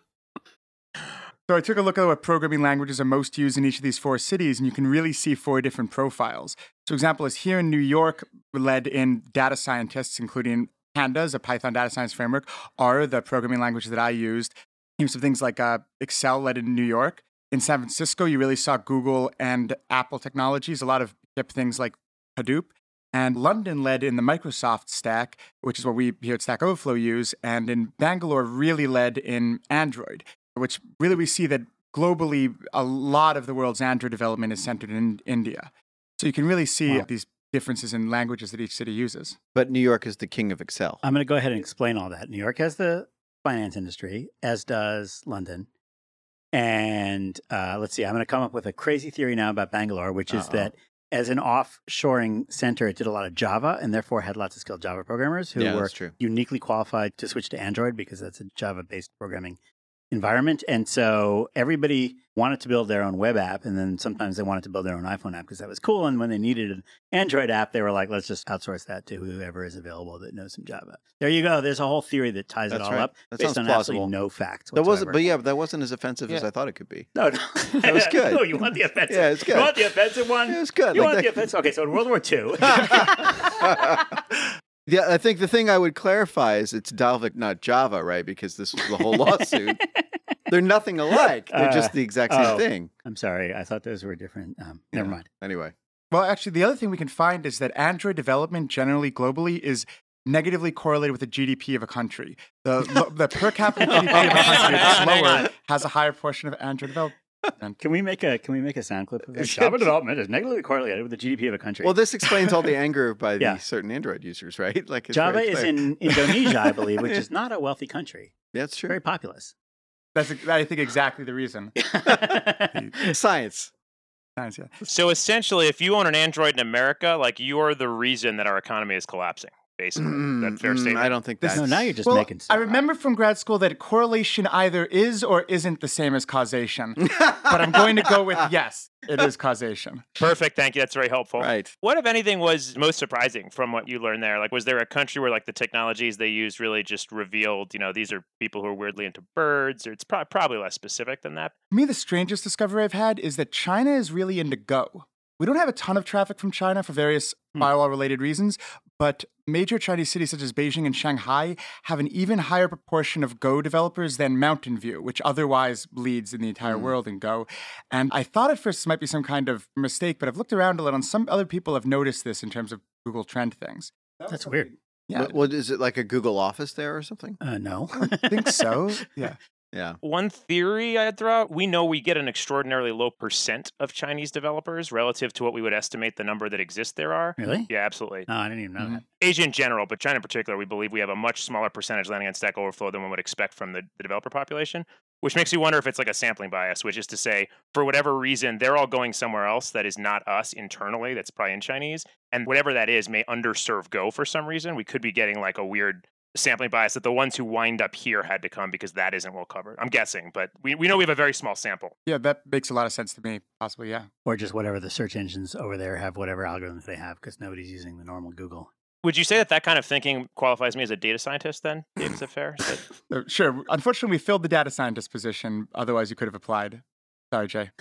Speaker 6: So I took a look at what programming languages are most used in each of these four cities, and you can really see four different profiles. So example is here in New York, led in data scientists, including Pandas, a Python data science framework, are the programming language that I used. Here's some things like uh, Excel led in New York. In San Francisco, you really saw Google and Apple technologies, a lot of hip things like Hadoop. And London led in the Microsoft stack, which is what we here at Stack Overflow use, and in Bangalore really led in Android which really we see that globally a lot of the world's Android development is centered in India. So you can really see
Speaker 1: Wow.
Speaker 6: these differences in languages that each city uses.
Speaker 2: But New York is the king of Excel.
Speaker 1: I'm going to go ahead and explain all that. New York has the finance industry, as does London. And uh, let's see, I'm going to come up with a crazy theory now about Bangalore, which is
Speaker 2: Uh-oh.
Speaker 1: that as an offshoring center, it did a lot of Java and therefore had lots of skilled Java programmers who
Speaker 2: yeah,
Speaker 1: were
Speaker 2: that's true.
Speaker 1: uniquely qualified to switch to Android because that's a Java based programming environment. And so everybody wanted to build their own web app. And then sometimes they wanted to build their own iPhone app because that was cool. And when they needed an Android app, they were like, let's just outsource that to whoever is available that knows some Java. There you go. There's a whole theory that ties it
Speaker 2: That's
Speaker 1: all
Speaker 2: right.
Speaker 1: up
Speaker 2: That
Speaker 1: based
Speaker 2: sounds
Speaker 1: on
Speaker 2: plausible.
Speaker 1: absolutely no facts.
Speaker 2: That wasn't,
Speaker 1: whatsoever.
Speaker 2: but yeah, but that wasn't as offensive as
Speaker 5: Yeah.
Speaker 2: I thought it could be.
Speaker 1: No, no.
Speaker 2: That was good.
Speaker 1: no, you want the offensive.
Speaker 2: Yeah, it's good.
Speaker 1: You want the offensive one?
Speaker 2: It was good.
Speaker 1: You
Speaker 2: like
Speaker 1: want
Speaker 2: that-
Speaker 1: the offensive? Okay, so in World War II,
Speaker 2: yeah, I think the thing I would clarify is it's Dalvik, not Java, right? Because this was the whole lawsuit. They're nothing alike. They're just the exact same
Speaker 1: oh.
Speaker 2: thing.
Speaker 1: I'm sorry, I thought those were different. Um, never
Speaker 2: Yeah.
Speaker 1: mind.
Speaker 2: Anyway,
Speaker 6: Well, actually, the other thing we can find is that Android development generally globally is negatively correlated with the GDP of a country. The, lo- the per capita GDP of a
Speaker 5: Hang on,
Speaker 6: country that's
Speaker 5: hang on, hang
Speaker 6: lower has a higher portion of Android development.
Speaker 1: Can we make a can we make a sound clip of this? Java development is negatively correlated with the GDP of a country.
Speaker 2: well, this explains all the anger by the
Speaker 1: Yeah.
Speaker 2: certain Android users, right? Like it's
Speaker 1: Java
Speaker 2: very
Speaker 1: is
Speaker 2: clear.
Speaker 1: in Indonesia, I believe, which is not a wealthy country.
Speaker 2: That's
Speaker 1: It's very
Speaker 2: true.
Speaker 1: populous.
Speaker 6: That's, I think, exactly the reason.
Speaker 1: Uh,
Speaker 2: Science.
Speaker 6: Nice, yeah.
Speaker 5: So essentially, if you own an Android in America, like you are the reason that our economy is collapsing. Basically, Is that fair
Speaker 2: Mm, I
Speaker 5: statement.
Speaker 2: don't think
Speaker 6: This-
Speaker 2: that's.
Speaker 1: no, now you're just
Speaker 6: Well,
Speaker 1: making
Speaker 6: I
Speaker 1: stuff.
Speaker 6: remember from grad school that correlation either is or isn't the same as causation. but I'm going to go with yes, it is causation.
Speaker 5: Perfect. Thank you. That's very helpful.
Speaker 2: Right.
Speaker 5: What, if anything, was most surprising from what you learned there? Like, was there a country where like the technologies they used really just revealed, you know, these are people who are weirdly into birds, or it's pro- probably less specific than that.
Speaker 6: To me, the strangest discovery I've had is that China is really into Go. We don't have a ton of traffic from China for various firewall related reasons, but major Chinese cities such as Beijing and Shanghai have an even higher proportion of Go developers than Mountain View, which otherwise leads in the entire world in Go. And I thought at first this might be some kind of mistake, but I've looked around a little and some other people have noticed this in terms of Google trend things.
Speaker 1: That's weird.
Speaker 6: Yeah.
Speaker 2: What, what is it like a Google Office there or something?
Speaker 1: Uh, no.
Speaker 6: I think so. Yeah.
Speaker 2: Yeah.
Speaker 5: One theory I'd throw out: we know we get an extraordinarily low percent of Chinese developers relative to what we would estimate the number that exist there are.
Speaker 1: really?
Speaker 5: Yeah, absolutely.
Speaker 1: No, I didn't even know that.
Speaker 5: Asia in general, but China in particular, we believe we have a much smaller percentage landing on Stack Overflow than one would expect from the, the developer population, which makes you wonder if it's like a sampling bias, which is to say, for whatever reason, they're all going somewhere else that is not us internally, that's probably in Chinese. And whatever that is may underserve Go for some reason. We could be getting like a weird sampling bias that the ones who wind up here had to come because that isn't well covered. I'm guessing, but we, we know we have a very small sample.
Speaker 6: Yeah, that makes a lot of sense to me. Possibly, yeah.
Speaker 1: Or just whatever the search engines over there have, whatever algorithms they have, because nobody's using the normal Google.
Speaker 5: Would you say that that kind of thinking qualifies me as a data scientist then? Dave, is that fair? Is that-
Speaker 6: So, Uh, sure. Unfortunately, we filled the data scientist position. Otherwise, you could have applied. Sorry, Jay.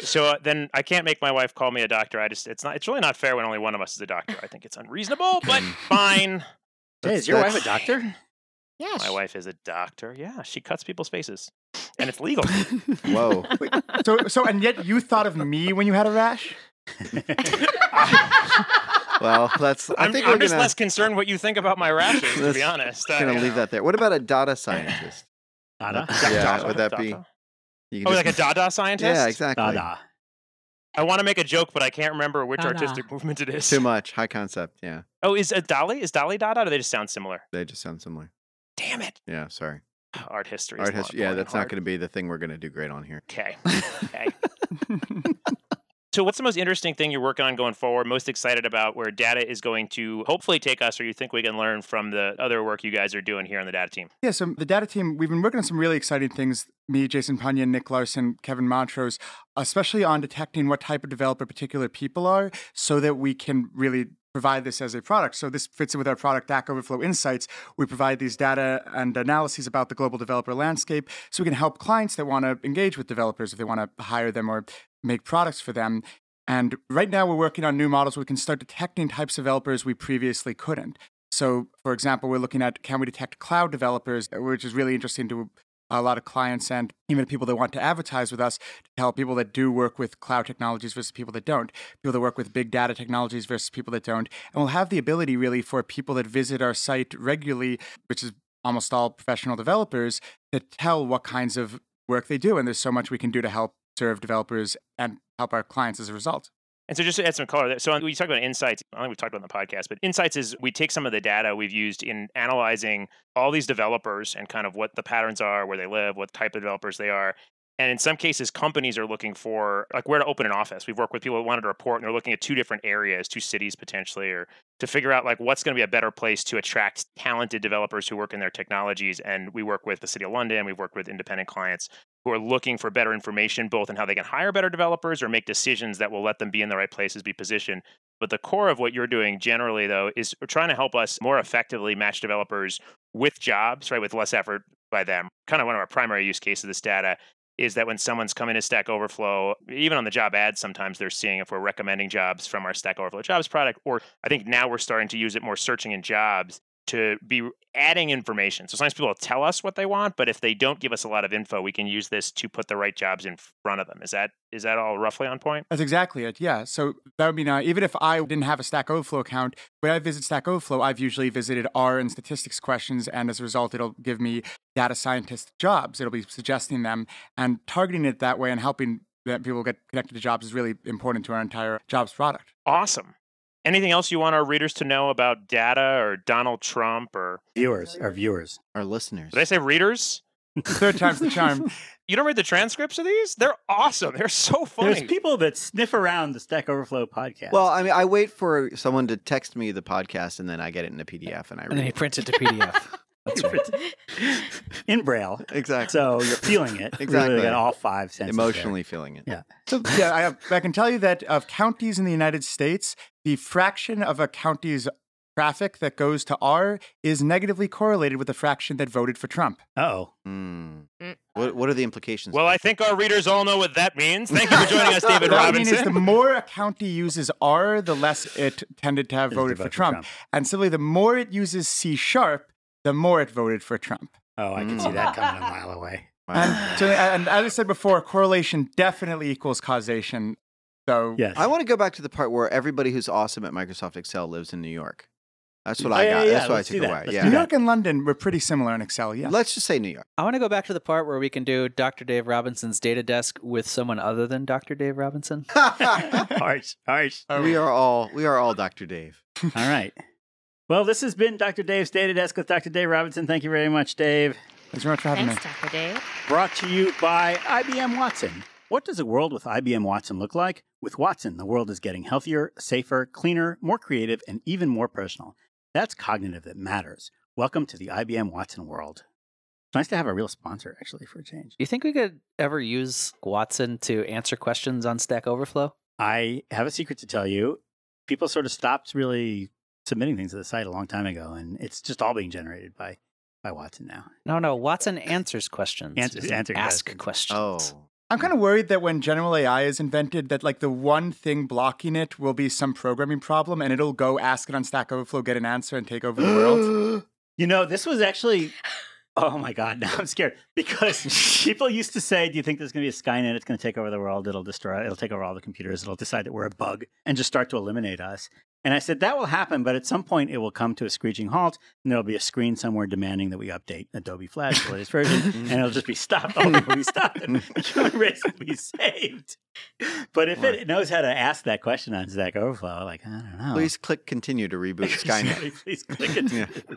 Speaker 5: So uh, then I can't make my wife call me a doctor. I just it's not it's really not fair when only one of us is a doctor. I think it's unreasonable, but
Speaker 2: Hmm.
Speaker 5: fine.
Speaker 1: Jay,
Speaker 2: That's-
Speaker 1: is your wife a
Speaker 2: that's-
Speaker 1: doctor?
Speaker 4: yeah,
Speaker 5: My
Speaker 4: sh-
Speaker 5: wife is a doctor. Yeah, she cuts people's faces. And it's legal.
Speaker 2: Whoa.
Speaker 6: So, so, and yet you thought of me when you had a rash.
Speaker 2: Well, that's. I
Speaker 5: I'm,
Speaker 2: think
Speaker 5: I'm
Speaker 2: we're
Speaker 5: just
Speaker 2: gonna,
Speaker 5: less concerned what you think about my rashes, to
Speaker 2: Let's-
Speaker 5: be honest.
Speaker 2: gonna leave that there. What about a data scientist?
Speaker 1: Dada.
Speaker 2: Yeah, would that be-
Speaker 5: Dada.
Speaker 2: You
Speaker 5: uh, Oh,
Speaker 2: just-
Speaker 5: like a dada scientist?
Speaker 2: Yeah, exactly.
Speaker 1: Dada.
Speaker 5: I want to make a joke, but I can't remember which
Speaker 7: Dada.
Speaker 5: artistic movement it is.
Speaker 2: Too much. High concept. Yeah.
Speaker 5: Oh, is it Dolly? Is Dolly Dada? Or do they just sound similar?
Speaker 2: They just sound similar.
Speaker 5: Damn it!
Speaker 2: Yeah. Sorry.
Speaker 5: Art history.
Speaker 2: Art history. Yeah, that's not going to be the thing we're going to do great on here.
Speaker 5: to. Okay. Okay. so, what's the most interesting thing you're working on going forward? Most excited about where data is going to hopefully take us, or you think we can learn from the other work you guys are doing here on the data team?
Speaker 6: Yeah, so the data team, we've been working on some really exciting things. Me, Jason Panya, Nick Larson, Kevin Montrose, especially on detecting what type of developer particular people are so that we can really provide this as a product. So this fits in with our product Stack Overflow Insights. We provide these data and analyses about the global developer landscape so we can help clients that want to engage with developers if they want to hire them or make products for them. And right now we're working on new models where we can start detecting types of developers we previously couldn't. So, for example, we're looking at can we detect cloud developers, uh, which is really interesting to a lot of clients and even people that want to advertise with us to tell people that do work with cloud technologies versus people that don't, people that work with big data technologies versus people that don't. And we'll have the ability really for people that visit our site regularly, which is almost all professional developers, to tell what kinds of work they do. And there's so much we can do to help serve developers and help our clients as a result.
Speaker 5: And so, just to add some color there. So, we talked about insights. I think we've talked about it on the podcast, but insights is we take some of the data we've used in analyzing all these developers and kind of what the patterns are, where they live, what type of developers they are. And in some cases, companies are looking for like where to open an office. We've worked with people that wanted to report, and they're looking at two different areas, two cities potentially, or to figure out like what's going to be a better place to attract talented developers who work in their technologies. And we work with the City of London. We've worked with independent clients who are looking for better information, both in how they can hire better developers or make decisions that will let them be in the right places, be positioned. But the core of what you're doing generally, though, is trying to help us more effectively match developers with jobs, right, with less effort by them. Kind of one of our primary use cases of this data is that when someone's coming to Stack Overflow, even on the job ads, sometimes they're seeing if we're recommending jobs from our Stack Overflow jobs product, or I think now we're starting to use it more searching in jobs to be adding information. So sometimes people will tell us what they want, but if they don't give us a lot of info, we can use this to put the right jobs in front of them. Is that is that all roughly on point?
Speaker 6: That's exactly it. Yeah. So that would mean uh, even if I didn't have a Stack Overflow account, when I visit Stack Overflow, I've usually visited R and statistics questions, and as a result, it'll give me data scientist jobs. It'll be suggesting them and targeting it that way and helping that people get connected to jobs is really important to our entire jobs product.
Speaker 5: Awesome. Anything else you want our readers to know about data or Donald Trump or
Speaker 1: Viewers, our viewers.
Speaker 2: Our listeners.
Speaker 5: did I say readers?
Speaker 6: Third time's the charm.
Speaker 5: You don't read the transcripts of these? They're awesome. They're so funny.
Speaker 1: There's people that sniff around the Stack Overflow podcast.
Speaker 2: Well, I mean, I wait for someone to text me the podcast, and then I get it in a PDF, and I
Speaker 3: And
Speaker 2: read
Speaker 3: then he
Speaker 2: it.
Speaker 3: prints it to PDF. That's right.
Speaker 1: in Braille.
Speaker 2: Exactly.
Speaker 1: So you're feeling it.
Speaker 2: Exactly.
Speaker 1: You got all five senses. there.
Speaker 2: Emotionally feeling it.
Speaker 1: Yeah.
Speaker 6: So yeah, I, have- I can tell you that of counties in the United States, the fraction of a county's traffic that goes to R is negatively correlated with the fraction that voted for Trump.
Speaker 1: Uh-oh.
Speaker 2: Hmm.
Speaker 4: Mm.
Speaker 2: What What are the implications?
Speaker 5: well, I think our readers all know what that means. Thank you for joining us, David
Speaker 6: What I mean is
Speaker 5: Robinson.
Speaker 6: the more a county uses R, the less it tended to have
Speaker 1: Just
Speaker 6: voted
Speaker 1: to
Speaker 6: for
Speaker 1: vote for
Speaker 6: Trump.
Speaker 1: Trump.
Speaker 6: And simply the more it uses C sharp, the more it voted for Trump.
Speaker 1: Oh, I can
Speaker 2: Mm.
Speaker 1: see that coming a mile away.
Speaker 2: Wow.
Speaker 6: And, so, and as I said before, correlation definitely equals causation. So
Speaker 1: Yes.
Speaker 2: I want to go back to the part where everybody who's awesome at Microsoft Excel lives in New York. That's what
Speaker 1: Oh,
Speaker 2: I
Speaker 1: yeah,
Speaker 2: got.
Speaker 1: yeah,
Speaker 2: That's what I
Speaker 1: let's
Speaker 2: took
Speaker 1: do that.
Speaker 2: away.
Speaker 1: Let's
Speaker 2: yeah.
Speaker 1: do
Speaker 6: New York and London were pretty similar in Excel, yeah.
Speaker 2: Let's just say New York.
Speaker 3: I want to go back to the part where we can do Dr. Dave Robinson's data desk with someone other than Dr. Dave Robinson.
Speaker 1: harsh, harsh.
Speaker 2: we are all we are all Dr. Dave.
Speaker 1: All right. Well, this has been Dr. Dave's Data Desk with Dr. Dave Robinson. Thank you very much, Dave.
Speaker 6: Thanks very much for having me.
Speaker 4: Thanks, Dr. Dave.
Speaker 1: Brought to you by IBM Watson. What does a world with IBM Watson look like? With Watson, the world is getting healthier, safer, cleaner, more creative, and even more personal. That's cognitive that matters. Welcome to the IBM Watson world. It's nice to have a real sponsor, actually, for a change.
Speaker 3: Do you think we could ever use Watson to answer questions on Stack Overflow?
Speaker 1: I have a secret to tell you. People sort of stopped really submitting things to the site a long time ago, and it's just all being generated by, by Watson now.
Speaker 3: No, no. Watson answers questions.
Speaker 1: Answers-
Speaker 3: doesn't
Speaker 1: answering
Speaker 3: ask
Speaker 1: questions.
Speaker 3: questions.
Speaker 2: Oh.
Speaker 6: I'm kind of worried that when general AI is invented, that like the one thing blocking it will be some programming problem, and it'll go ask it on Stack Overflow, get an answer, and take over the world.
Speaker 1: You know, this was actually. Oh my God, now I'm scared because people used to say, Do you think there's going to be a Skynet? It's going to take over the world. It'll destroy, it'll take over all the computers. It'll decide that we're a bug and just start to eliminate us. And I said, that will happen, but at some point it will come to a screeching halt and there'll be a screen somewhere demanding that we update Adobe Flash to the latest version and it'll just be stopped. All will be stopped and the human race will be saved. But if it knows how to ask that question on Stack Overflow, like, I don't know.
Speaker 2: Please click continue to reboot Skynet.
Speaker 1: Sorry, please click it.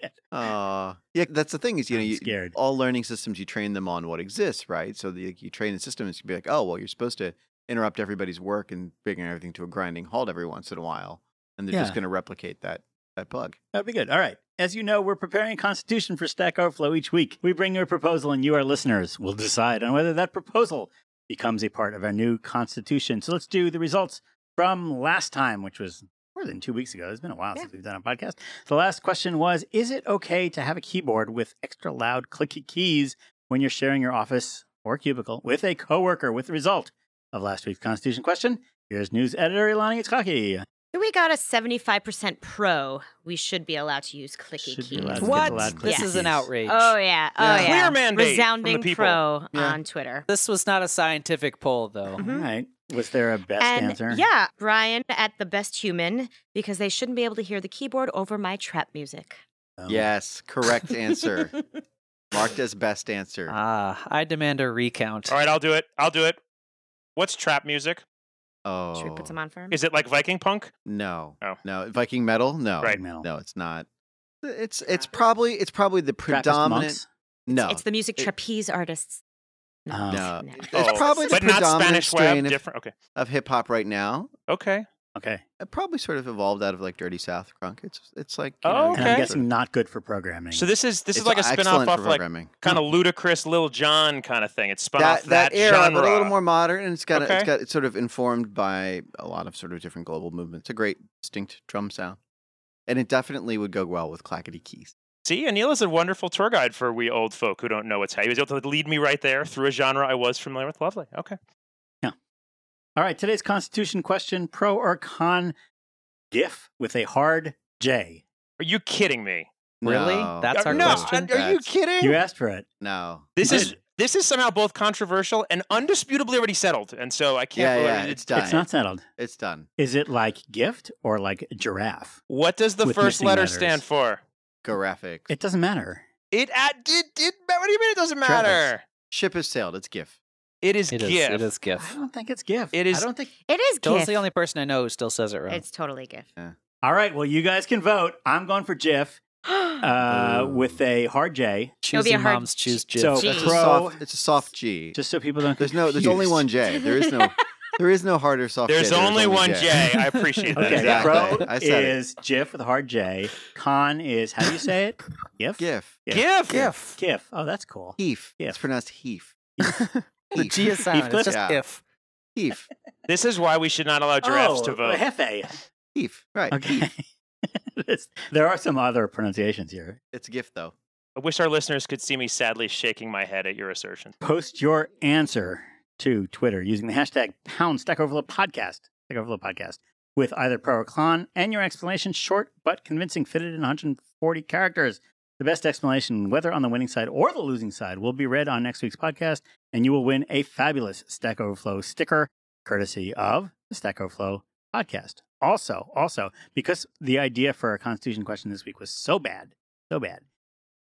Speaker 2: Yeah. Uh, yeah, that's the thing is, you know,
Speaker 1: I'm
Speaker 2: you,
Speaker 1: scared.
Speaker 2: all learning systems, you train them on what exists, right? So the, you train the system, it's going to be like, oh, well, you're supposed to interrupt everybody's work and bring everything to a grinding halt every once in a while. And they're just
Speaker 1: Yeah.
Speaker 2: going to replicate that, that bug.
Speaker 1: That'd be good. All right. As you know, we're preparing a constitution for Stack Overflow each week. We bring you a proposal, and you, our listeners, will decide on whether that proposal becomes a part of our new constitution. So let's do the results from last time, which was more than two weeks ago. It's been a while
Speaker 4: Yeah.
Speaker 1: since we've done a podcast. The last question was Is it okay to have a keyboard with extra loud clicky keys when you're sharing your office or cubicle with a coworker? With the result of last week's constitution question, here's news editor Ilani Itzkaki.
Speaker 4: We got a 75% pro. We should be allowed to use clicky
Speaker 1: Should be
Speaker 4: keys.
Speaker 1: allowed to
Speaker 3: What?
Speaker 1: Glad
Speaker 3: This
Speaker 1: cookies.
Speaker 3: is an outrage.
Speaker 4: Oh, yeah. Oh,
Speaker 3: Yeah.
Speaker 4: yeah.
Speaker 5: Clear mandate from the
Speaker 4: Resounding
Speaker 5: people.
Speaker 4: pro
Speaker 2: Yeah.
Speaker 4: on Twitter.
Speaker 3: This was not a scientific poll, though.
Speaker 4: Mhm.
Speaker 1: All right. Was there a best
Speaker 4: and
Speaker 1: answer?
Speaker 4: yeah, Brian at the best human because they shouldn't be able to hear the keyboard over my trap music.
Speaker 1: Oh.
Speaker 2: Yes, correct answer. Marked as best answer.
Speaker 3: Ah, I demand a recount.
Speaker 5: All right, I'll do it. I'll do it. What's trap music?
Speaker 2: oh,
Speaker 4: Uh, Should we put some on for him?
Speaker 5: Is it like Viking punk?
Speaker 2: no,
Speaker 5: Oh.
Speaker 2: no, Viking metal, no,
Speaker 5: Right.
Speaker 1: Metal.
Speaker 2: no, it's not. It's it's probably it's probably the
Speaker 1: Trappist
Speaker 2: predominant.
Speaker 1: monks?
Speaker 2: No,
Speaker 4: Uh, It's the music trapeze artists.
Speaker 1: Oh.
Speaker 2: No.
Speaker 4: no.
Speaker 2: It's
Speaker 5: Oh,
Speaker 2: probably the
Speaker 5: but not
Speaker 2: predominant
Speaker 5: Spanish
Speaker 2: strain
Speaker 5: web.
Speaker 2: of-
Speaker 5: Different. Okay.
Speaker 2: of hip hop right now.
Speaker 5: Okay.
Speaker 1: Okay.
Speaker 2: It probably sort of evolved out of like Dirty South crunk. It's it's like
Speaker 5: Oh,
Speaker 2: know,
Speaker 1: And
Speaker 5: Okay.
Speaker 1: I'm guessing not good for programming.
Speaker 5: So this is this
Speaker 2: it's
Speaker 5: is like a spin off
Speaker 2: excellent
Speaker 5: of like
Speaker 2: programming.
Speaker 5: kind of ludicrous Lil John kind of thing. It's spun
Speaker 2: that,
Speaker 5: off that,
Speaker 2: era,
Speaker 5: genre.
Speaker 2: but a little more modern, and it's got a, it's
Speaker 5: Okay.
Speaker 2: got it's sort of informed by a lot of sort of different global movements. It's a great distinct drum sound, and it definitely would go well with clackety keys.
Speaker 5: See, Anil is a wonderful tour guide for we old folk who don't know what's happening. He was able to lead me right there through a genre I was familiar with. Lovely. Okay.
Speaker 1: All right. Today's Constitution question pro or con GIF with a hard J.
Speaker 5: Are you kidding me?
Speaker 3: Really?
Speaker 2: No.
Speaker 3: That's our
Speaker 5: no,
Speaker 3: question?
Speaker 5: Are, are you
Speaker 2: That's-
Speaker 5: kidding?
Speaker 1: You asked for it.
Speaker 2: no.
Speaker 5: this
Speaker 1: You
Speaker 5: is this is somehow both controversial and undisputably already settled. And so I
Speaker 2: Yeah,
Speaker 5: can't.
Speaker 2: yeah,
Speaker 5: believe
Speaker 2: it's done.
Speaker 1: It's not settled.
Speaker 2: It's done.
Speaker 1: Is it like gift or like giraffe?
Speaker 5: What does the
Speaker 1: With
Speaker 5: first
Speaker 1: missing
Speaker 5: letter
Speaker 1: letters.
Speaker 5: stand for?
Speaker 2: Graphics.
Speaker 1: It doesn't matter.
Speaker 5: It at it, it what do you mean it doesn't
Speaker 2: Travis.
Speaker 5: matter?
Speaker 2: Ship has sailed. It's GIF.
Speaker 5: It is
Speaker 3: It
Speaker 5: GIF.
Speaker 3: is. It is
Speaker 1: I
Speaker 3: GIF.
Speaker 1: don't think it's gift.
Speaker 5: It is-
Speaker 1: I don't think.
Speaker 4: It is
Speaker 3: Joel's
Speaker 4: GIF.
Speaker 3: the only person I know who still says it wrong.
Speaker 4: It's totally GIF.
Speaker 1: All right. Well, you guys can vote. I'm going for GIF uh, with a hard J.
Speaker 4: It'll be
Speaker 3: Choosy
Speaker 4: a hard-
Speaker 3: moms choose GIF.
Speaker 1: So
Speaker 4: Jeez.
Speaker 2: It's a
Speaker 1: pro.
Speaker 2: soft. It's a soft G.
Speaker 1: Just so people don't.
Speaker 2: there's no. There's only
Speaker 1: confused.
Speaker 2: one J. There is no. There is no harder soft.
Speaker 5: There's
Speaker 2: J.
Speaker 5: only one J. I appreciate that.
Speaker 1: Okay, pro
Speaker 2: Exactly. I said it.
Speaker 1: is GIF with a hard J. Con is how do you say it? GIF.
Speaker 2: GIF.
Speaker 5: GIF.
Speaker 2: GIF.
Speaker 1: GIF. Oh, that's cool.
Speaker 2: Heef.
Speaker 1: GIF.
Speaker 2: It's pronounced heef.
Speaker 3: the G is silent. It's
Speaker 1: Heathcliff?
Speaker 3: just
Speaker 2: Yeah.
Speaker 3: if.
Speaker 2: Heef.
Speaker 5: This is why we should not allow giraffes
Speaker 1: oh,
Speaker 5: to vote.
Speaker 1: Hefe.
Speaker 2: Heef. Right. Heef.
Speaker 1: Okay. This- there are some other pronunciations here.
Speaker 2: It's a GIF though.
Speaker 5: I wish our listeners could see me sadly shaking my head at your assertion.
Speaker 1: Post your answer to Twitter using the hashtag pound stack overflow podcast, stack overflow podcast, with either pro or con and your explanation, short but convincing, fitted in 140 characters. The best explanation, whether on the winning side or the losing side, will be read on next week's podcast, and you will win a fabulous Stack Overflow sticker courtesy of the Stack Overflow podcast. Also, also, because the idea for our Constitution question this week was so bad, so bad,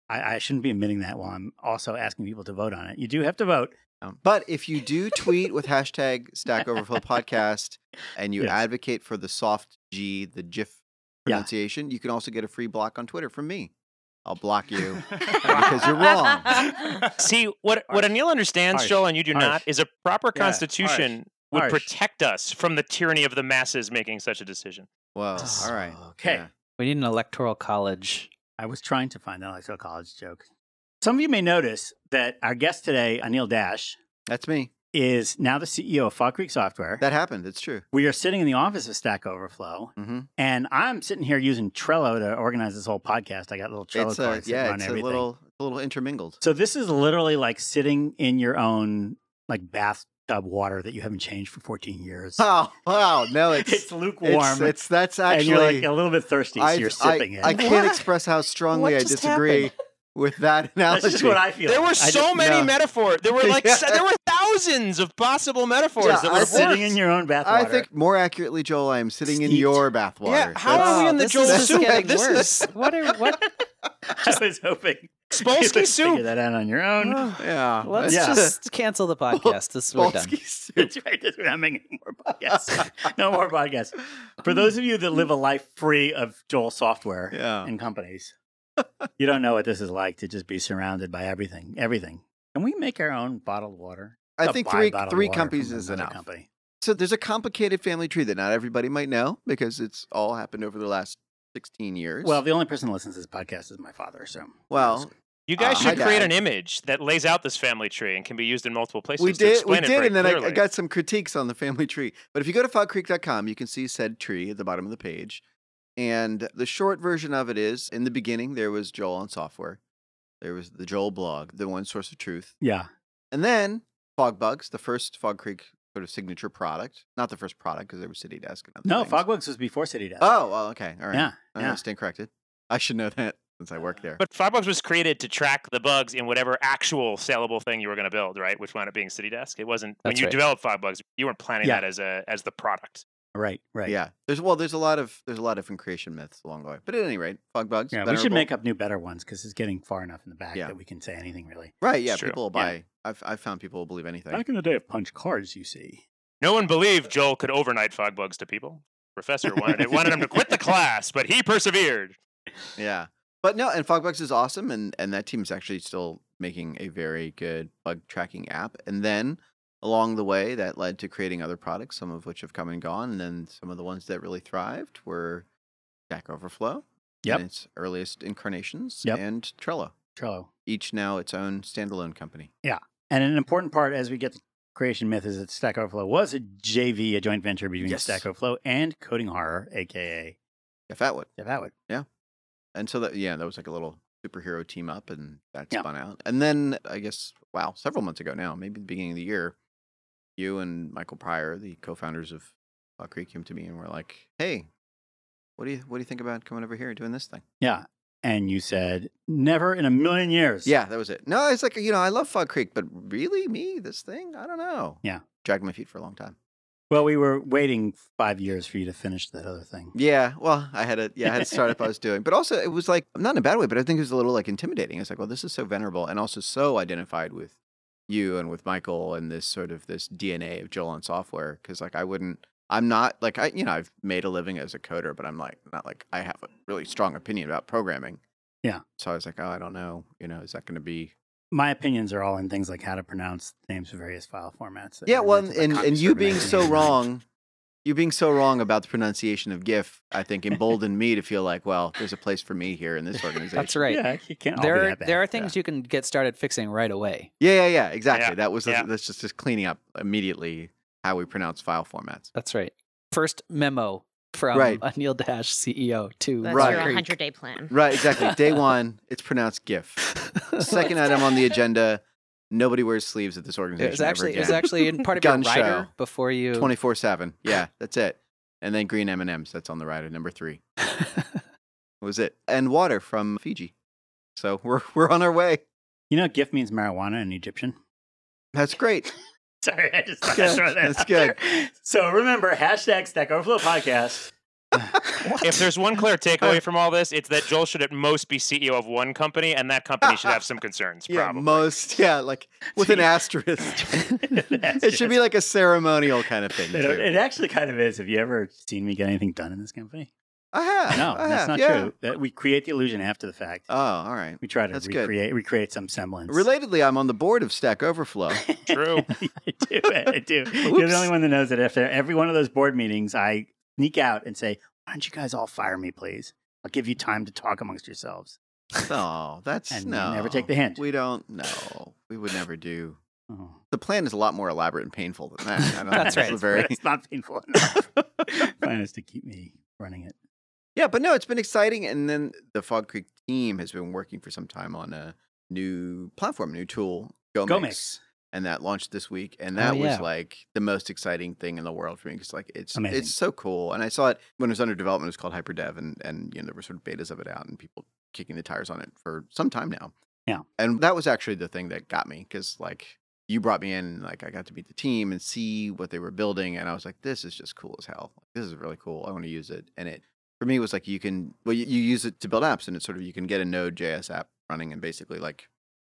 Speaker 1: I, I shouldn't be admitting that while I'm also asking people to vote on it. You do have to vote.
Speaker 2: Um, but if you do tweet with hashtag Stack Overflow Podcast and you
Speaker 1: Yes.
Speaker 2: advocate for the soft G, the GIF
Speaker 1: Yeah.
Speaker 2: pronunciation, you can also get a free block on Twitter from me. I'll block you because you're wrong.
Speaker 5: See, what what
Speaker 1: Harsh.
Speaker 5: Anil understands,
Speaker 1: Harsh.
Speaker 5: Joel, and you do not,
Speaker 1: Harsh.
Speaker 5: is a proper
Speaker 1: Yeah,
Speaker 5: constitution would
Speaker 1: Harsh.
Speaker 5: protect us from the tyranny of the masses making such a decision.
Speaker 2: Whoa. All right.
Speaker 1: Okay.
Speaker 2: Yeah.
Speaker 3: We need an electoral college.
Speaker 1: I was trying to find that electoral college joke. Some of you may notice that our guest today, Anil Dash,
Speaker 2: That's me.
Speaker 1: is now the CEO of Fall Creek Software.
Speaker 2: That happened. It's true.
Speaker 1: we are sitting in the office of Stack Overflow,
Speaker 2: Mhm.
Speaker 1: and I'm sitting here using Trello to organize this whole podcast. I got little Trello
Speaker 2: It's a,
Speaker 1: cards that
Speaker 2: uh, yeah,
Speaker 1: run
Speaker 2: it's a
Speaker 1: everything.
Speaker 2: little, a little intermingled.
Speaker 1: So this is literally like sitting in your own like bathtub water that you haven't changed for 14 years.
Speaker 2: Oh, wow. No, it's
Speaker 1: it's,
Speaker 2: it's,
Speaker 1: lukewarm,
Speaker 2: It's, that's
Speaker 1: and you're
Speaker 2: actually.
Speaker 1: like a little bit thirsty, so
Speaker 2: I,
Speaker 1: you're
Speaker 2: I,
Speaker 1: sipping it.
Speaker 2: I can't
Speaker 3: What?
Speaker 2: express how strongly
Speaker 3: What
Speaker 2: I
Speaker 3: just
Speaker 2: disagree.
Speaker 3: happened?
Speaker 2: with that analogy.
Speaker 1: That's just what I feel.
Speaker 5: There were
Speaker 1: I
Speaker 5: so
Speaker 1: just-
Speaker 5: many
Speaker 2: no.
Speaker 5: metaphors. There were like
Speaker 2: Yeah.
Speaker 5: se- there were thousands of possible metaphors
Speaker 2: Yeah, I
Speaker 5: that would
Speaker 2: said-
Speaker 5: have
Speaker 1: sitting
Speaker 5: worked.
Speaker 1: in your own bathwater.
Speaker 2: I think more accurately, Joel, I am sitting in
Speaker 1: Steeped.
Speaker 2: your bathwater.
Speaker 5: Yeah, how
Speaker 2: That's-
Speaker 5: are we in the
Speaker 3: this
Speaker 5: Joel
Speaker 3: is just
Speaker 5: soup?
Speaker 3: getting
Speaker 5: This
Speaker 3: worse. What are what?
Speaker 1: I was hoping you
Speaker 5: Spolsky
Speaker 1: would
Speaker 5: soup.
Speaker 1: figure that out on your own.
Speaker 2: Oh, Yeah.
Speaker 3: Let's
Speaker 1: Yeah.
Speaker 3: just cancel the podcast. This we're done.
Speaker 2: Balsky soup.
Speaker 1: That's right. That's right. I'm making more podcasts. no more podcasts. For those of you that live a life free of Joel software
Speaker 2: Yeah.
Speaker 1: and companies, you don't know what this is like to just be surrounded by everything. Everything. Can we make our own bottled water?
Speaker 2: I
Speaker 1: I'll
Speaker 2: think
Speaker 1: buy
Speaker 2: three
Speaker 1: bottled
Speaker 2: three
Speaker 1: water
Speaker 2: companies
Speaker 1: from
Speaker 2: is
Speaker 1: another
Speaker 2: enough.
Speaker 1: Company.
Speaker 2: So there's a complicated family tree that not everybody might know because it's all happened over the last 16 years.
Speaker 1: Well, the only person who listens to this podcast is my father. So
Speaker 2: well,
Speaker 5: You guys
Speaker 2: Uh, hi,
Speaker 5: should create
Speaker 2: Dad.
Speaker 5: an image that lays out this family tree and can be used in multiple places.
Speaker 2: we
Speaker 5: to
Speaker 2: did, we
Speaker 5: explain it
Speaker 2: did,
Speaker 5: very
Speaker 2: and then I, I
Speaker 5: clearly.
Speaker 2: got some critiques on the family tree. But if you go to fogcreek.com, you can see said tree at the bottom of the page. And the short version of it is: in the beginning, there was Joel on software, there was the Joel blog, the one source of truth,
Speaker 1: yeah,
Speaker 2: and then Fog Bugs, the first Fog Creek sort of signature product. Not the first product because there was City Desk. And other
Speaker 1: no,
Speaker 2: things.
Speaker 1: Fogbugs was before City Desk.
Speaker 2: Oh, well, okay, all right.
Speaker 1: yeah,
Speaker 2: I
Speaker 1: yeah.
Speaker 2: stand corrected. I should know that since I work there.
Speaker 5: But Firebugs was created to track the bugs in whatever actual saleable thing you were going to build, right? Which wound up being City Desk. It wasn't when
Speaker 3: That's
Speaker 5: you
Speaker 3: right.
Speaker 5: developed Firebugs, you weren't planning
Speaker 1: Yeah.
Speaker 5: that as a as the product.
Speaker 1: Right, right.
Speaker 2: Yeah, there's well, there's a lot of there's a lot of different creation myths along the way. But at any rate, fog bugs.
Speaker 1: Yeah, we should
Speaker 2: venerable.
Speaker 1: make up new better ones because it's getting far enough in the back
Speaker 2: Yeah.
Speaker 1: that we can say anything really.
Speaker 2: right. Yeah,
Speaker 5: It's true.
Speaker 2: people will
Speaker 5: Yeah.
Speaker 2: buy. I've I've found people will believe anything.
Speaker 1: Back in the day of punch cards, you see.
Speaker 5: No one believed Joel could overnight Fogbugs to people. Professor wanted it, wanted him to quit the class, but he persevered.
Speaker 2: Yeah, but no, and fog bugs is awesome, and and that team is actually still making a very good bug tracking app. And then along the way, that led to creating other products, some of which have come and gone, and then some of the ones that really thrived were Stack Overflow.
Speaker 1: Yep.
Speaker 2: In its earliest incarnations,
Speaker 1: Yep.
Speaker 2: and Trello,
Speaker 1: Trello.
Speaker 2: each now its own standalone company.
Speaker 1: And an important part as we get to creation myth is that Stack Overflow was a JV, a joint venture between
Speaker 2: Yes.
Speaker 1: Stack Overflow and Coding Horror, aka
Speaker 2: Jeff Atwood.
Speaker 1: Jeff Atwood.
Speaker 2: And so that yeah, that was like a little superhero team up and that
Speaker 1: Yeah.
Speaker 2: spun out. And then I guess wow, several months ago now, maybe the beginning of the year, you and Michael Pryor, the co-founders of Law Creek, came to me and were like, "Hey, what do you what do you think about coming over here and doing this thing?"
Speaker 1: Yeah. And you said, never in a million years.
Speaker 2: Yeah, that was it. No, it's like you know, I love Fog Creek, but really, me this thing, I don't know.
Speaker 1: Yeah.
Speaker 2: dragged my feet for a long time.
Speaker 1: Well, we were waiting five years for you to finish that other thing.
Speaker 2: Yeah, well, I had a yeah, I had a startup I was doing, but also it was like not in a bad way, but I think it was a little like intimidating. It's like, well, this is so venerable, and also so identified with you and with Michael and this sort of this DNA of Joel on software because like I wouldn't, I'm not like I you know I've made a living as a coder, but I'm like not like I have a really strong opinion about programming.
Speaker 1: Yeah.
Speaker 2: So I was like, oh, I don't know, you know, is that going to be?
Speaker 1: My opinions are all in things like how to pronounce names of various file formats. that
Speaker 2: Yeah,
Speaker 1: were
Speaker 2: well, and
Speaker 1: invented by
Speaker 2: and,
Speaker 1: communists
Speaker 2: you
Speaker 1: over
Speaker 2: being so
Speaker 1: 1989.
Speaker 2: wrong. You being so wrong about the pronunciation of GIF, I think emboldened me to feel like, well, there's a place for me here in this organization.
Speaker 3: That's right.
Speaker 1: Yeah, you can't all be
Speaker 3: there are
Speaker 1: that bad.
Speaker 3: there are things you can get started fixing right away.
Speaker 2: Yeah, yeah, yeah. Exactly.
Speaker 5: Yeah,
Speaker 2: That was
Speaker 5: yeah.
Speaker 2: that's just just cleaning up immediately how we pronounce file formats.
Speaker 3: That's right. First memo from
Speaker 2: Right.
Speaker 3: Anil Dash CEO to
Speaker 4: That's
Speaker 2: Right.
Speaker 4: your
Speaker 3: Creek.
Speaker 4: 100 day plan.
Speaker 2: Right. Exactly. Day one, it's pronounced GIF. Second item on the agenda: nobody wears sleeves at this organization.
Speaker 3: It was actually it
Speaker 2: ever
Speaker 3: was
Speaker 2: again.
Speaker 3: actually in part of
Speaker 2: Gun
Speaker 3: your rider
Speaker 2: show.
Speaker 3: before you.
Speaker 2: twenty four seven. Yeah, that's it. And then green M and M's. That's on the rider number three. What was it? And water from Fiji. So we're we're on our way.
Speaker 1: You know, GIF means marijuana in Egyptian.
Speaker 2: That's great.
Speaker 1: Sorry, I just thought
Speaker 2: Good.
Speaker 1: I'd throw that
Speaker 2: That's
Speaker 1: out
Speaker 2: good.
Speaker 1: there. So remember, hashtag Stack Overflow podcast.
Speaker 5: If there's one clear takeaway from all this, it's that Joel should at most be CEO of one company, and that company should have some concerns.
Speaker 2: Yeah,
Speaker 5: probably.
Speaker 2: most. Yeah, like with an asterisk. it should be like a ceremonial kind of thing.
Speaker 1: It,
Speaker 2: too.
Speaker 1: it actually kind of is. Have you ever seen me get anything done in this company?
Speaker 2: I have.
Speaker 1: No,
Speaker 2: I
Speaker 1: that's
Speaker 2: have,
Speaker 1: not
Speaker 2: yeah.
Speaker 1: true. That we create the illusion after the fact.
Speaker 2: Oh, all right.
Speaker 1: we try to
Speaker 2: that's good.
Speaker 1: recreate recreate some semblance.
Speaker 2: Relatedly, I'm on the board of Stack Overflow.
Speaker 5: True.
Speaker 1: I do. I do. You're
Speaker 2: Oops.
Speaker 1: the only one that knows that after every one of those board meetings, I sneak out and say, "Why don't you guys all fire me, please? I'll give you time to talk amongst yourselves."
Speaker 2: oh, that's
Speaker 1: And you
Speaker 2: no.
Speaker 1: never take the hint.
Speaker 2: We don't. No, we would never do.
Speaker 1: Oh.
Speaker 2: The plan is a lot more elaborate and painful than that. I don't
Speaker 3: That's
Speaker 2: think it's
Speaker 3: right.
Speaker 2: a very-
Speaker 1: It's not painful enough. Plan is to keep me running it.
Speaker 2: Yeah, but no, it's been exciting. And then the Fog Creek team has been working for some time on a new platform, new tool, GoMix.
Speaker 1: Go mix.
Speaker 2: and that launched this week, and
Speaker 1: Oh,
Speaker 2: that was
Speaker 3: yeah.
Speaker 2: like the most exciting thing in the world for me because like it's
Speaker 1: Amazing.
Speaker 2: it's so cool. And I saw it when it was under development. It was called HyperDev, and and you know there were sort of betas of it out, and people kicking the tires on it for some time now.
Speaker 1: Yeah.
Speaker 2: and that was actually the thing that got me because like you brought me in, and, like I got to meet the team and see what they were building, and I was like, this is just cool as hell. This is really cool. I want to use it, and it for me it was like you can well you, you use it to build apps, and it's sort of you can get a Node.js app running in basically like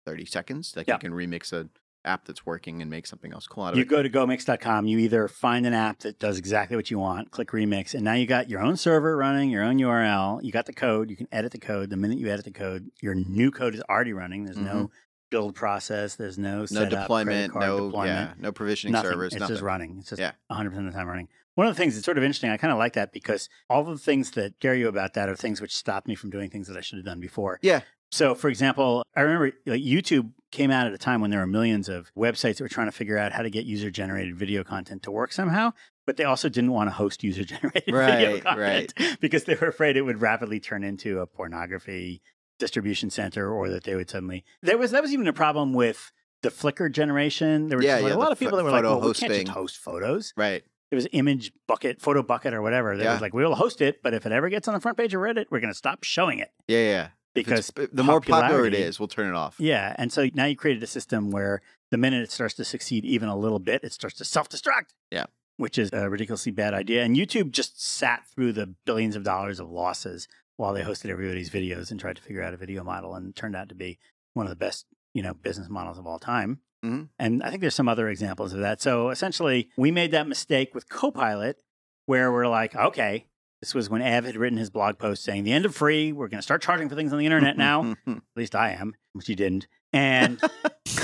Speaker 2: thirty seconds. Like
Speaker 1: Yeah.
Speaker 2: you can remix a app that's working and make something else cool out of
Speaker 1: You
Speaker 2: it.
Speaker 1: go to gomix.com, you either find an app that does exactly what you want, click remix, and now you got your own server running, your own URL, you got the code, you can edit the code. The minute you edit the code, your new code is already running. There's no build process, there's no
Speaker 2: no
Speaker 1: setup, credit
Speaker 2: deployment,
Speaker 1: card
Speaker 2: no
Speaker 1: deployment.
Speaker 2: yeah, no provisioning
Speaker 1: nothing.
Speaker 2: servers,
Speaker 1: it's
Speaker 2: nothing.
Speaker 1: just running. It's just
Speaker 2: Yeah.
Speaker 1: 100% of the time running. One of the things that's sort of interesting, I kind of like that because all the things that scare you about that are things which stopped me from doing things that I should have done before.
Speaker 2: Yeah.
Speaker 1: So, for example, I remember like, YouTube came out at a time when there were millions of websites that were trying to figure out how to get user generated video content to work somehow, but they also didn't want to host user generated video
Speaker 2: Right,
Speaker 1: content because they were afraid it would rapidly turn into a pornography distribution center or that they would suddenly. There was that was even a problem with the Flickr generation. There were
Speaker 2: Yeah,
Speaker 1: just, like,
Speaker 2: yeah,
Speaker 1: a
Speaker 2: the
Speaker 1: lot of people
Speaker 2: pho-
Speaker 1: that were like,
Speaker 2: photo
Speaker 1: well, we can't
Speaker 2: hosting.
Speaker 1: just host photos.
Speaker 2: Right.
Speaker 1: It was image bucket, photo bucket, or whatever. That
Speaker 2: Yeah.
Speaker 1: was like, we'll host it, but if it ever gets on the front page of Reddit, we're going to stop showing it
Speaker 2: Yeah, yeah. If
Speaker 1: because
Speaker 2: it's- the more popular it
Speaker 1: popularity-
Speaker 2: is, we'll turn it off.
Speaker 1: yeah, and so now you created a system where the minute it starts to succeed even a little bit, it starts to self-destruct.
Speaker 2: Yeah.
Speaker 1: Which is a ridiculously bad idea. And YouTube just sat through the billions of dollars of losses while they hosted everybody's videos and tried to figure out a video model and it turned out to be one of the best, you know, business models of all time.
Speaker 2: Mhm.
Speaker 1: And I think there's some other examples of that. So essentially, we made that mistake with Copilot where we're like, okay, this was when Av had written his blog post saying the end of free, we're going to start charging for things on the internet now at least I am, which you didn't. And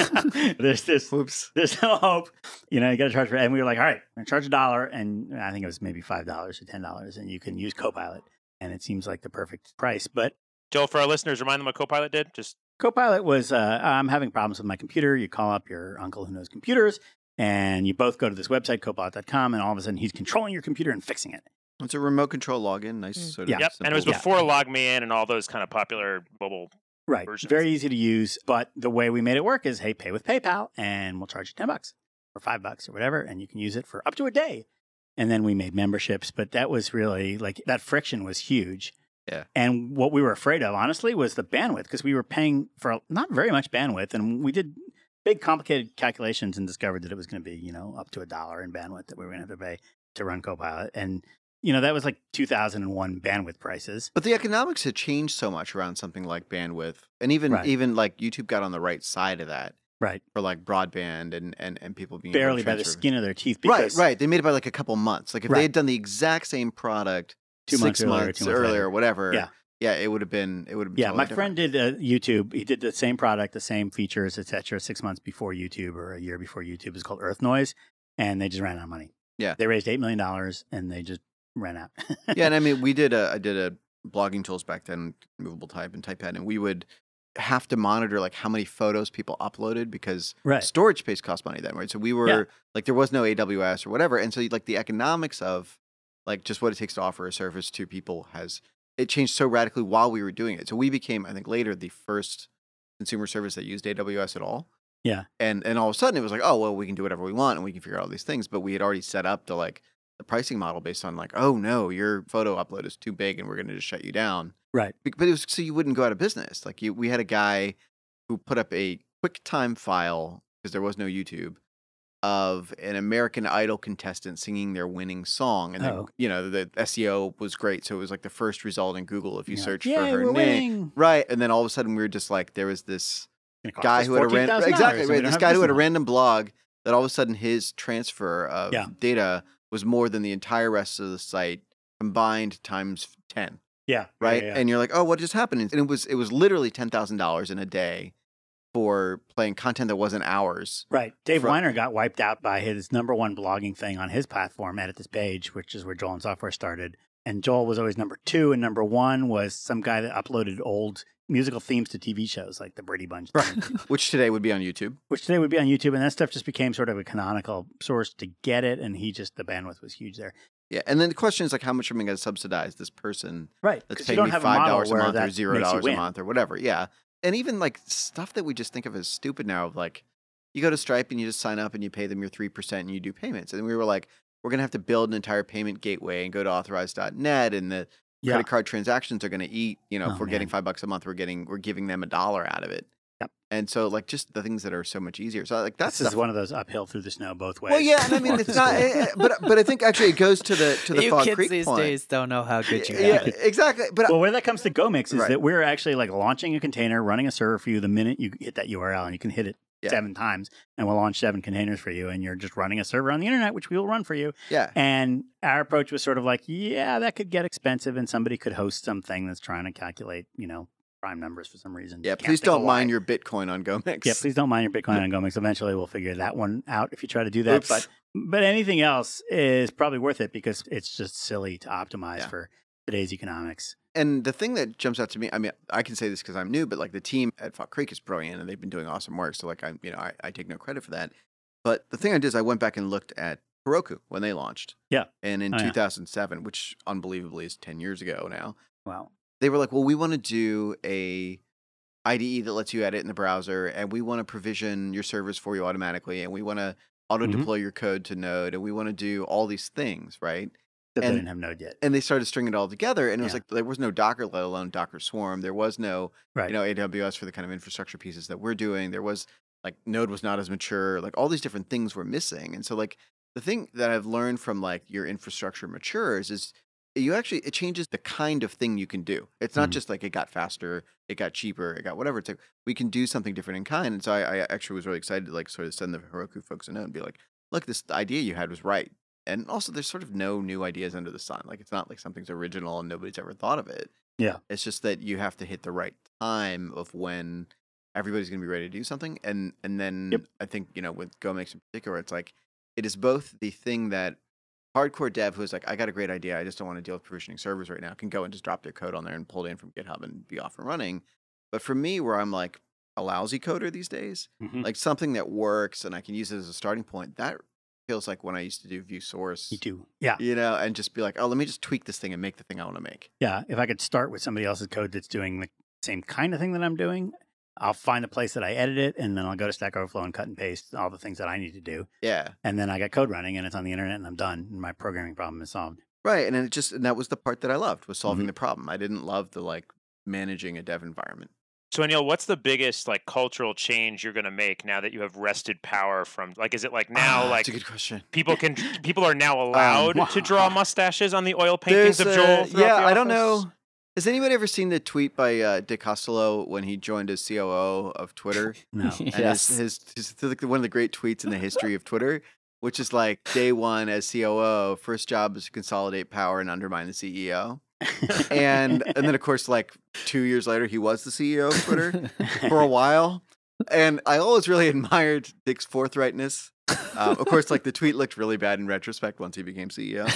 Speaker 1: there's this,
Speaker 2: Whoops.
Speaker 1: there's no hope. You know, you got to charge for it. And we were like, all right, we're gonna charge a dollar, and I think it was maybe five dollars or ten dollars, and you can use Copilot, and it seems like the perfect price. But
Speaker 5: Joel, for our listeners, remind them what Copilot did. Just
Speaker 1: Copilot was, uh, I'm having problems with my computer. You call up your uncle who knows computers, and you both go to this website, copilot.com, and all of a sudden he's controlling your computer and fixing it.
Speaker 2: It's a remote control login. Nice
Speaker 4: Mm.
Speaker 2: sort of.
Speaker 5: yep. And it was
Speaker 2: simple-
Speaker 5: before Log Me In and all those kind of popular mobile.
Speaker 1: Right.
Speaker 5: versions.
Speaker 1: Very easy to use. But the way we made it work is hey, pay with PayPal and we'll charge you 10 bucks or five bucks or whatever. And you can use it for up to a day. And then we made memberships. But that was really like that friction was huge.
Speaker 2: Yeah.
Speaker 1: And what we were afraid of, honestly, was the bandwidth because we were paying for not very much bandwidth. And we did big, complicated calculations and discovered that it was going to be, you know, up to a dollar in bandwidth that we were going to have to pay to run Copilot. And, you know, that was like 2001 bandwidth prices.
Speaker 2: But the economics had changed so much around something like bandwidth, and even
Speaker 1: Right.
Speaker 2: even like YouTube got on the right side of that
Speaker 1: Right.
Speaker 2: for like broadband and and and people being able to
Speaker 1: Barely by the
Speaker 2: Mm, transfer-
Speaker 1: skin of their teeth.
Speaker 2: Right,
Speaker 1: Because
Speaker 2: right. They made it by like a couple months. Like if
Speaker 1: Right.
Speaker 2: they had done the exact same product
Speaker 1: Two
Speaker 2: six
Speaker 1: months earlier, two months
Speaker 2: earlier,
Speaker 1: later.
Speaker 2: or whatever,
Speaker 1: Yeah.
Speaker 2: yeah, it would have been it would have been
Speaker 1: Yeah,
Speaker 2: totally
Speaker 1: my
Speaker 2: different.
Speaker 1: friend did uh, YouTube. He did the same product, the same features, et cetera, six months before YouTube or a year before YouTube. It's called Earth Noise, and they just ran out of money.
Speaker 2: Yeah.
Speaker 1: they raised eight million dollars and they just ran out.
Speaker 2: yeah, and I mean, we did a I did a blogging tools back then, movable type and typepad, and we would have to monitor like how many photos people uploaded because
Speaker 1: right.
Speaker 2: storage space cost money then, right? So we were
Speaker 1: Yeah.
Speaker 2: like there was no AWS or whatever, and so like the economics of like just what it takes to offer a service to people has it changed so radically while we were doing it. So we became, I think, later the first consumer service that used AWS at all.
Speaker 1: Yeah.
Speaker 2: And and all of a sudden it was like, oh well, we can do whatever we want and we can figure out all these things, but we had already set up the like the pricing model based on like, oh no, your photo upload is too big and we're going to just shut you down.
Speaker 1: Right.
Speaker 2: Be- But it was so you wouldn't go out of business. Like you, we had a guy who put up a QuickTime file because there was no YouTube of an American Idol contestant singing their winning song, and then
Speaker 1: Oh.
Speaker 2: you know the SEO was great, so it was like the first result in Google if you
Speaker 1: Yeah.
Speaker 2: search
Speaker 1: Yay,
Speaker 2: for her
Speaker 1: we're
Speaker 2: name.
Speaker 1: winning.
Speaker 2: Right, and then all of a sudden we were just like, there was this
Speaker 1: It's gonna cost
Speaker 2: guy
Speaker 1: us
Speaker 2: who had a random
Speaker 1: $14,000
Speaker 2: exactly
Speaker 1: and we
Speaker 2: right,
Speaker 1: don't
Speaker 2: this
Speaker 1: have
Speaker 2: guy who had a
Speaker 1: business
Speaker 2: random blog that all of a sudden his transfer of
Speaker 1: Yeah.
Speaker 2: data was more than the entire rest of the site combined times ten
Speaker 1: model. Yeah,
Speaker 2: right?
Speaker 1: Yeah, yeah.
Speaker 2: And you're like, oh, what just happened? And it was it was literally ten thousand dollars in a day for playing content that wasn't ours.
Speaker 1: Right. Dave
Speaker 2: Fro-
Speaker 1: Weiner got wiped out by his number one blogging thing on his platform, Edit This Page, which is where Joel and Software started. And Joel was always number two, and number one was some guy that uploaded old musical themes to TV shows like the Brady Bunch, theme,
Speaker 2: Which today would be on YouTube.
Speaker 1: which today would be on YouTube. And that stuff just became sort of a canonical source to get it. And he just, the bandwidth was huge there.
Speaker 2: Yeah. And then the question is like how much am I gonna subsidize this person
Speaker 1: Right.
Speaker 2: that's
Speaker 1: 'Cause you
Speaker 2: paying
Speaker 1: don't
Speaker 2: me
Speaker 1: have
Speaker 2: five
Speaker 1: model
Speaker 2: dollars a
Speaker 1: where
Speaker 2: month or
Speaker 1: that
Speaker 2: zero
Speaker 1: makes you
Speaker 2: dollars a
Speaker 1: win.
Speaker 2: month or whatever. Yeah. And even like stuff that we just think of as stupid now of like you go to Stripe and you just sign up and you pay them your 3% and you do payments. And we were like, we're going to have to build an entire payment gateway and go to authorize.net and the
Speaker 1: Yeah.
Speaker 2: credit card transactions are going to eat, you know,
Speaker 1: Oh,
Speaker 2: if we're getting
Speaker 1: man.
Speaker 2: 5 bucks a month, we're getting we're giving them a dollar out of it.
Speaker 1: Yep.
Speaker 2: And so like just the things that are so much easier. So like that's
Speaker 1: this is one of those uphill through the snow both ways.
Speaker 2: Well, yeah, and I mean
Speaker 1: Walk
Speaker 2: it's
Speaker 1: to
Speaker 2: not,
Speaker 1: school.
Speaker 2: eh, eh, but but I think actually it goes to the to the
Speaker 3: you
Speaker 2: Fog
Speaker 3: kids
Speaker 2: Creek
Speaker 3: these
Speaker 2: point.
Speaker 3: days don't know how good you
Speaker 2: eh, yeah,
Speaker 3: got it.
Speaker 2: exactly. But
Speaker 1: well, where that comes to GoMix is
Speaker 2: Right.
Speaker 1: that we're actually like launching a container, running a server for you the minute you hit that URL, and you can hit it
Speaker 2: Yeah.
Speaker 1: seven times, and we'll launch seven containers for you, and you're just running a server on the internet, which we will run for you.
Speaker 2: yeah,
Speaker 1: And our approach was sort of like, yeah, that could get expensive, and somebody could host something that's trying to calculate, you know, prime numbers for some reason.
Speaker 2: yeah.
Speaker 1: Can't
Speaker 2: Please
Speaker 1: think of
Speaker 2: don't
Speaker 1: why.
Speaker 2: mine your Bitcoin on GoMix.
Speaker 1: Yeah, please don't mind your Bitcoin on GoMix. Eventually, we'll figure that one out if you try to do that.
Speaker 2: Oops.
Speaker 1: But but anything else is probably worth it because it's just silly to optimize
Speaker 2: Yeah.
Speaker 1: for today's economics.
Speaker 2: and the thing that jumps out to me, I mean, I can say this because I'm new, but like the team at Fog Creek is brilliant and they've been doing awesome work. So like I'm, you know, I, I take no credit for that. But the thing I did is I went back and looked at Heroku when they launched.
Speaker 1: Yeah.
Speaker 2: And in
Speaker 1: Oh, yeah.
Speaker 2: 2007, which unbelievably is 10 years ago now,
Speaker 1: Wow.
Speaker 2: they were like, well, we want to do a IDE that lets you edit in the browser, and we want to provision your servers for you automatically, and we want to
Speaker 1: Mm-hmm.
Speaker 2: auto deploy your code to Node, and we want to do all these things, right?
Speaker 1: That they
Speaker 2: And-
Speaker 1: didn't have Node yet.
Speaker 2: And they started stringing it all together, and it was
Speaker 1: Yeah.
Speaker 2: like there was no Docker, let alone Docker Swarm. There was no
Speaker 1: Right.
Speaker 2: you know AWS for the kind of infrastructure pieces that we're doing. There was like Node was not as mature. Like all these different things were missing, and so like the thing that I've learned from like your infrastructure matures is you actually it changes the kind of thing you can do. It's not
Speaker 1: Mhm.
Speaker 2: just like it got faster, it got cheaper, it got whatever. It's like we can do something different in kind. And so I, I actually was really excited to like sort of send the Heroku folks a note and be like, look, this idea you had was right. And also, there's sort of no new ideas under the sun. Like it's not like something's original and nobody's ever thought of it.
Speaker 1: Yeah.
Speaker 2: It's just that you have to hit the right time of when everybody's going to be ready to do something. And and then
Speaker 1: Yep.
Speaker 2: I think you know with GoMix in particular, it's like it is both the thing that hardcore dev who's like, I got a great idea, I just don't want to deal with provisioning servers right now, can go and just drop their code on there and pull it in from GitHub and be off and running. But for me, where I'm like a lousy coder these days,
Speaker 1: Mhm.
Speaker 2: like something that works and I can use it as a starting point, that feels like when I used to do view source,
Speaker 1: Me too. Yeah.
Speaker 2: you know, and just be like, oh, let me just tweak this thing and make the thing I want to make.
Speaker 1: Yeah. If I could start with somebody else's code that's doing the same kind of thing that I'm doing, I'll find the place that I edit it and then I'll go to Stack Overflow and cut and paste all the things that I need to do.
Speaker 2: Yeah.
Speaker 1: And then I got code running and it's on the internet and I'm done and my programming problem is solved.
Speaker 2: Right. And then it just, and that was the part that I loved was
Speaker 5: Mm-hmm.
Speaker 2: solving the problem. I didn't love the like managing a dev environment.
Speaker 5: So Anil, what's the biggest like cultural change you're gonna make now that you have wrested power from like is it like now
Speaker 2: Ah,
Speaker 5: like
Speaker 2: that's a good question.
Speaker 5: people can people are now allowed to draw mustaches on the oil paintings of
Speaker 2: There's
Speaker 5: Joel?
Speaker 2: a-
Speaker 5: throughout
Speaker 2: yeah,
Speaker 5: the
Speaker 2: I don't
Speaker 5: office?
Speaker 2: know. Has anybody ever seen the tweet by uh, Dick Costolo when he joined as COO of Twitter?
Speaker 1: No.
Speaker 2: And his, his, his, like one of the great tweets in the history of Twitter, which is like day one as COO, first job is to consolidate power and undermine the CEO. And and then of course, like two years later, he was the CEO of Twitter for a while. And I always really admired Dick's forthrightness. Um, of course, like the tweet looked really bad in retrospect once he became CEO.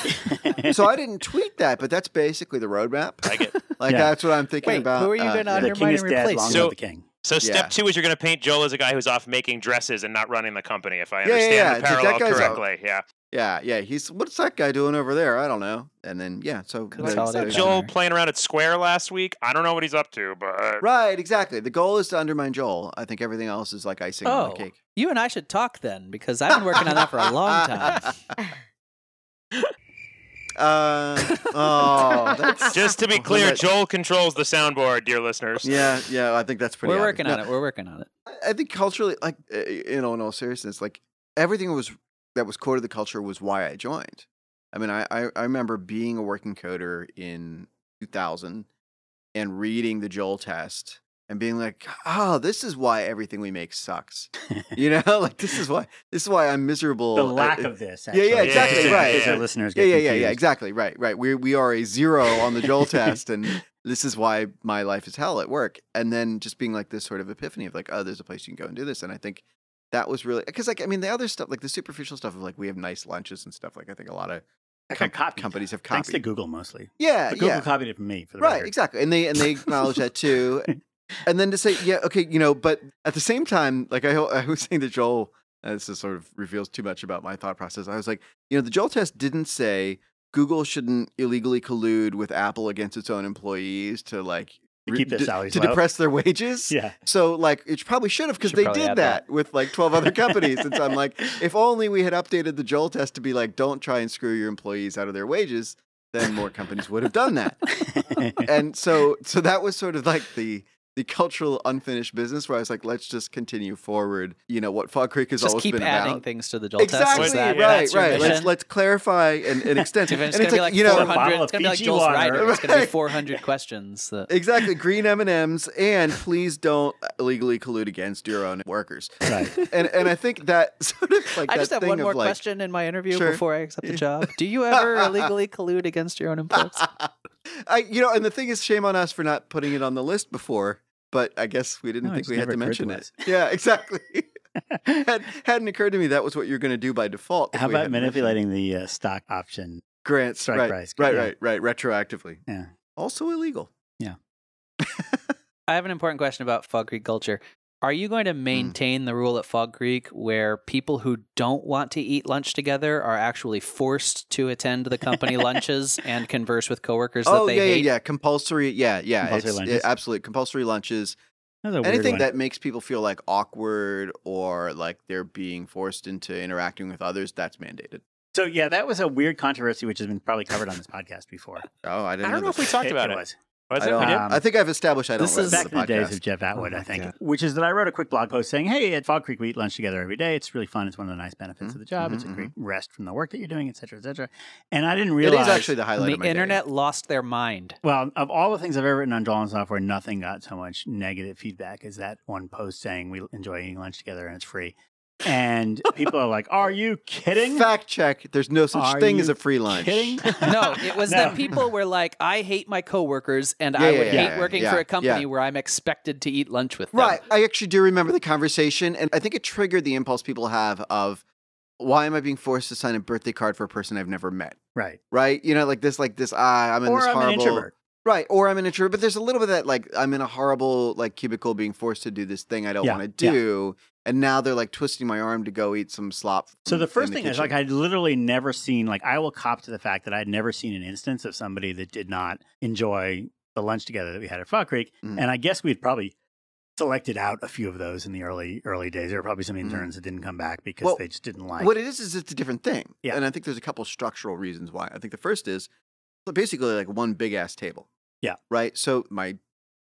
Speaker 2: So I didn't tweet that, but that's basically the roadmap.
Speaker 5: Like it.
Speaker 2: Like
Speaker 1: Yeah.
Speaker 2: that's what I'm thinking
Speaker 3: Wait,
Speaker 2: about. uh,
Speaker 3: who are you going to
Speaker 1: the king
Speaker 3: undermine
Speaker 1: is
Speaker 3: and
Speaker 1: dead.
Speaker 3: replace?
Speaker 1: Long
Speaker 5: So-
Speaker 1: live the king.
Speaker 5: So step
Speaker 2: Yeah.
Speaker 5: two is you're gonna paint Joel as a guy who's off making dresses and not running the company, if I
Speaker 2: Yeah, yeah,
Speaker 5: understand
Speaker 2: yeah.
Speaker 5: the
Speaker 2: That
Speaker 5: parallel
Speaker 2: guy's a-
Speaker 5: correctly. Yeah.
Speaker 2: Yeah, yeah. He's what's that guy doing over there? I don't know. And then yeah, so
Speaker 3: Consolidate
Speaker 2: there's-
Speaker 3: Solid
Speaker 5: Saw
Speaker 2: there's-
Speaker 3: power.
Speaker 5: Joel playing around at Square last week. I don't know what he's up to, but
Speaker 2: Right, exactly. The goal is to undermine Joel. I think everything else is like icing on
Speaker 3: Oh.
Speaker 2: the cake.
Speaker 3: You and I should talk then, because I've been working on that for a long time.
Speaker 2: Uh, oh, that's
Speaker 5: just to be
Speaker 2: Well,
Speaker 5: clear,
Speaker 2: that-
Speaker 5: Joel controls the soundboard, dear listeners.
Speaker 2: yeah, yeah. I think that's pretty.
Speaker 3: We're working on it. We're working on it.
Speaker 2: I think culturally, like uh, you know, in all seriousness, like everything was that was core to the culture was why I joined. I mean, I I, I remember being a working coder in 2000 and reading the Joel test and being like, oh, this is why everything we make sucks. You know, like this is why this is why I'm miserable. uh,
Speaker 1: The
Speaker 2: at-
Speaker 1: lack
Speaker 2: at-
Speaker 1: of this.
Speaker 2: yeah, yeah,
Speaker 1: actually,
Speaker 5: exactly,
Speaker 1: just in
Speaker 5: right.
Speaker 1: case our
Speaker 5: Yeah.
Speaker 1: listeners
Speaker 2: yeah,
Speaker 1: get
Speaker 2: yeah, yeah, yeah,
Speaker 1: confused.
Speaker 2: exactly. Right, right. We we are a zero on the Joel test, and this is why my life is hell at work. And then just being like this sort of epiphany of like, oh, there's a place you can go and do this. And I think that was really because like I mean the other stuff, like the superficial stuff of like we have nice lunches and stuff. Like I think a lot of
Speaker 1: I got copied.
Speaker 2: companies have
Speaker 1: Thanks to
Speaker 2: copied.
Speaker 1: Google mostly.
Speaker 2: Yeah,
Speaker 1: But Google
Speaker 2: yeah.
Speaker 1: copied it from me for the
Speaker 2: Right,
Speaker 1: record.
Speaker 2: exactly. And they and they acknowledge that too. And then to say, yeah, okay, you know, but at the same time, like I, I was saying to Joel, and this is sort of reveals too much about my thought process. I was like, you know, the Joel test didn't say Google shouldn't illegally collude with Apple against its own employees to like
Speaker 1: to keep their
Speaker 2: d-
Speaker 1: salaries
Speaker 2: to
Speaker 1: low.
Speaker 2: depress their wages.
Speaker 1: Yeah.
Speaker 2: So like it probably should have because
Speaker 3: Should
Speaker 2: they
Speaker 3: probably
Speaker 2: did that,
Speaker 3: add that.
Speaker 2: with like 12 other companies. and so I'm like, if only we had updated the Joel test to be like, don't try and screw your employees out of their wages, then more companies would have done that. and so so that was sort of like the the cultural unfinished business where I was like, let's just continue forward. You know what Fog Creek has
Speaker 3: Just
Speaker 2: always
Speaker 3: keep
Speaker 2: been
Speaker 3: adding
Speaker 2: about.
Speaker 3: things to the Joel test.
Speaker 2: exactly
Speaker 3: Is that,
Speaker 5: yeah,
Speaker 2: right,
Speaker 3: that's your
Speaker 2: right. Let's
Speaker 3: mission?
Speaker 2: let's clarify and, and extend.
Speaker 3: Even if it's
Speaker 2: and
Speaker 3: gonna
Speaker 2: it's
Speaker 3: be
Speaker 2: like,
Speaker 3: like
Speaker 2: you know,
Speaker 3: 400,
Speaker 1: bottle
Speaker 3: it's gonna be
Speaker 1: of
Speaker 3: like
Speaker 1: Fiji
Speaker 3: Joel's
Speaker 1: water.
Speaker 3: Rider. It's gonna be
Speaker 2: Right.
Speaker 3: 400 questions. that-
Speaker 2: Exactly, green M and M's, and please don't legally collude against your own workers.
Speaker 1: Right.
Speaker 2: And and I think that sort of like
Speaker 3: I
Speaker 2: that
Speaker 3: just have
Speaker 2: thing
Speaker 3: one more
Speaker 2: of like,
Speaker 3: question in my interview
Speaker 2: Sure.
Speaker 3: before I accept the job. Do you ever illegally collude against your own employees?
Speaker 2: I you know, and the thing is, shame on us for not putting it on the list before. But I guess we didn't
Speaker 1: No, it
Speaker 2: think
Speaker 1: just
Speaker 2: we had
Speaker 1: never
Speaker 2: to
Speaker 1: occurred
Speaker 2: mention
Speaker 1: to
Speaker 2: it. Yeah, exactly. Had, hadn't occurred to me that was what you're going to do by default. if
Speaker 1: How
Speaker 2: we
Speaker 1: about
Speaker 2: hadn't mentioned it.
Speaker 1: manipulating the uh, stock option?
Speaker 2: grants?
Speaker 1: strike
Speaker 2: right,
Speaker 1: price,
Speaker 2: right,
Speaker 1: yeah.
Speaker 2: right, right, retroactively.
Speaker 1: Yeah.
Speaker 2: Also illegal.
Speaker 3: I have an important question about Fog Creek culture. Are you going to
Speaker 2: Mm.
Speaker 3: maintain the rule at Fog Creek where people who don't want to eat lunch together are actually forced to attend the company lunches and converse with coworkers
Speaker 2: oh
Speaker 3: that they
Speaker 2: yeah,
Speaker 3: hate?
Speaker 2: yeah, yeah. Compulsory. Yeah, yeah.
Speaker 1: Compulsory
Speaker 2: it's,
Speaker 1: lunches.
Speaker 2: yeah, absolute compulsory lunches.
Speaker 1: That was a weird
Speaker 2: anything
Speaker 1: one.
Speaker 2: that makes people feel like awkward or like they're being forced into interacting with others that's mandated
Speaker 1: So yeah, that was a weird controversy, which has been probably covered on this podcast before.
Speaker 2: oh i
Speaker 5: I
Speaker 2: didn't
Speaker 5: don't know if we
Speaker 2: this.
Speaker 5: talked about it.
Speaker 1: was.
Speaker 5: Was
Speaker 2: I,
Speaker 5: it? We
Speaker 2: don't-
Speaker 5: did?
Speaker 1: Um,
Speaker 2: I think i've established i don't
Speaker 3: this
Speaker 2: listen
Speaker 3: is-
Speaker 1: back
Speaker 2: to
Speaker 1: in the
Speaker 2: the
Speaker 1: days
Speaker 2: podcast
Speaker 1: of Jeff Atwood,
Speaker 3: Oh
Speaker 1: I
Speaker 3: my
Speaker 1: think,
Speaker 3: God.
Speaker 1: which is that I wrote a quick blog post saying, "Hey, at Fog Creek we eat lunch together every day. It's really fun. It's one of the nice benefits of the job.
Speaker 2: Mhm,
Speaker 1: it's a
Speaker 2: mhm.
Speaker 1: great rest from the work that you're doing, et cetera, et cetera." And I didn't
Speaker 2: it
Speaker 1: realize
Speaker 2: is actually the highlight
Speaker 3: The
Speaker 2: of my day.
Speaker 3: internet lost their mind.
Speaker 1: Well, of all the things I've ever written on Dolan software, nothing got so much negative feedback as that one post saying we enjoy eating lunch together and it's free. And people are like, "Are you kidding?
Speaker 2: fact check there's no such
Speaker 1: Are
Speaker 2: thing as
Speaker 1: you
Speaker 2: a free lunch
Speaker 1: Kidding?
Speaker 3: No, it was
Speaker 1: No.
Speaker 3: that people were like, I hate my coworkers and
Speaker 2: Yeah,
Speaker 3: I
Speaker 2: yeah,
Speaker 3: would
Speaker 2: yeah,
Speaker 3: hate working
Speaker 2: yeah,
Speaker 3: for a company
Speaker 2: yeah.
Speaker 3: where I'm expected to eat lunch with them.
Speaker 2: Right. I actually do remember the conversation, and I think it triggered the impulse people have of why am I being forced to sign a birthday card for a person I've never met?
Speaker 1: right?
Speaker 2: Right? You know, like this, like this. Ah, I'm in
Speaker 1: Or
Speaker 2: this
Speaker 1: I'm an
Speaker 2: horrible.
Speaker 1: introvert.
Speaker 2: Right. Or I'm an introvert. But there's a little bit of that, like I'm in a horrible like cubicle, being forced to do this thing I don't
Speaker 1: Yeah,
Speaker 2: want to
Speaker 1: yeah.
Speaker 2: do, and now they're like twisting my arm to go eat some slop.
Speaker 1: So the
Speaker 2: Mm, in
Speaker 1: first thing is like
Speaker 2: kitchen.
Speaker 1: I'd literally never seen like I will cop to the fact that I'd never seen an instance of somebody that did not enjoy the lunch together that we had at Fog Creek,
Speaker 2: Mm.
Speaker 1: and I guess we'd probably selected out a few of those in the early early days. There were probably some interns that didn't come back because
Speaker 2: Mm. Well,
Speaker 1: they just didn't like.
Speaker 2: What it is is it's a different thing.
Speaker 1: Yeah.
Speaker 2: And I think there's a couple structural reasons why. I think the first is basically like one big ass table.
Speaker 1: Yeah.
Speaker 2: Right. So my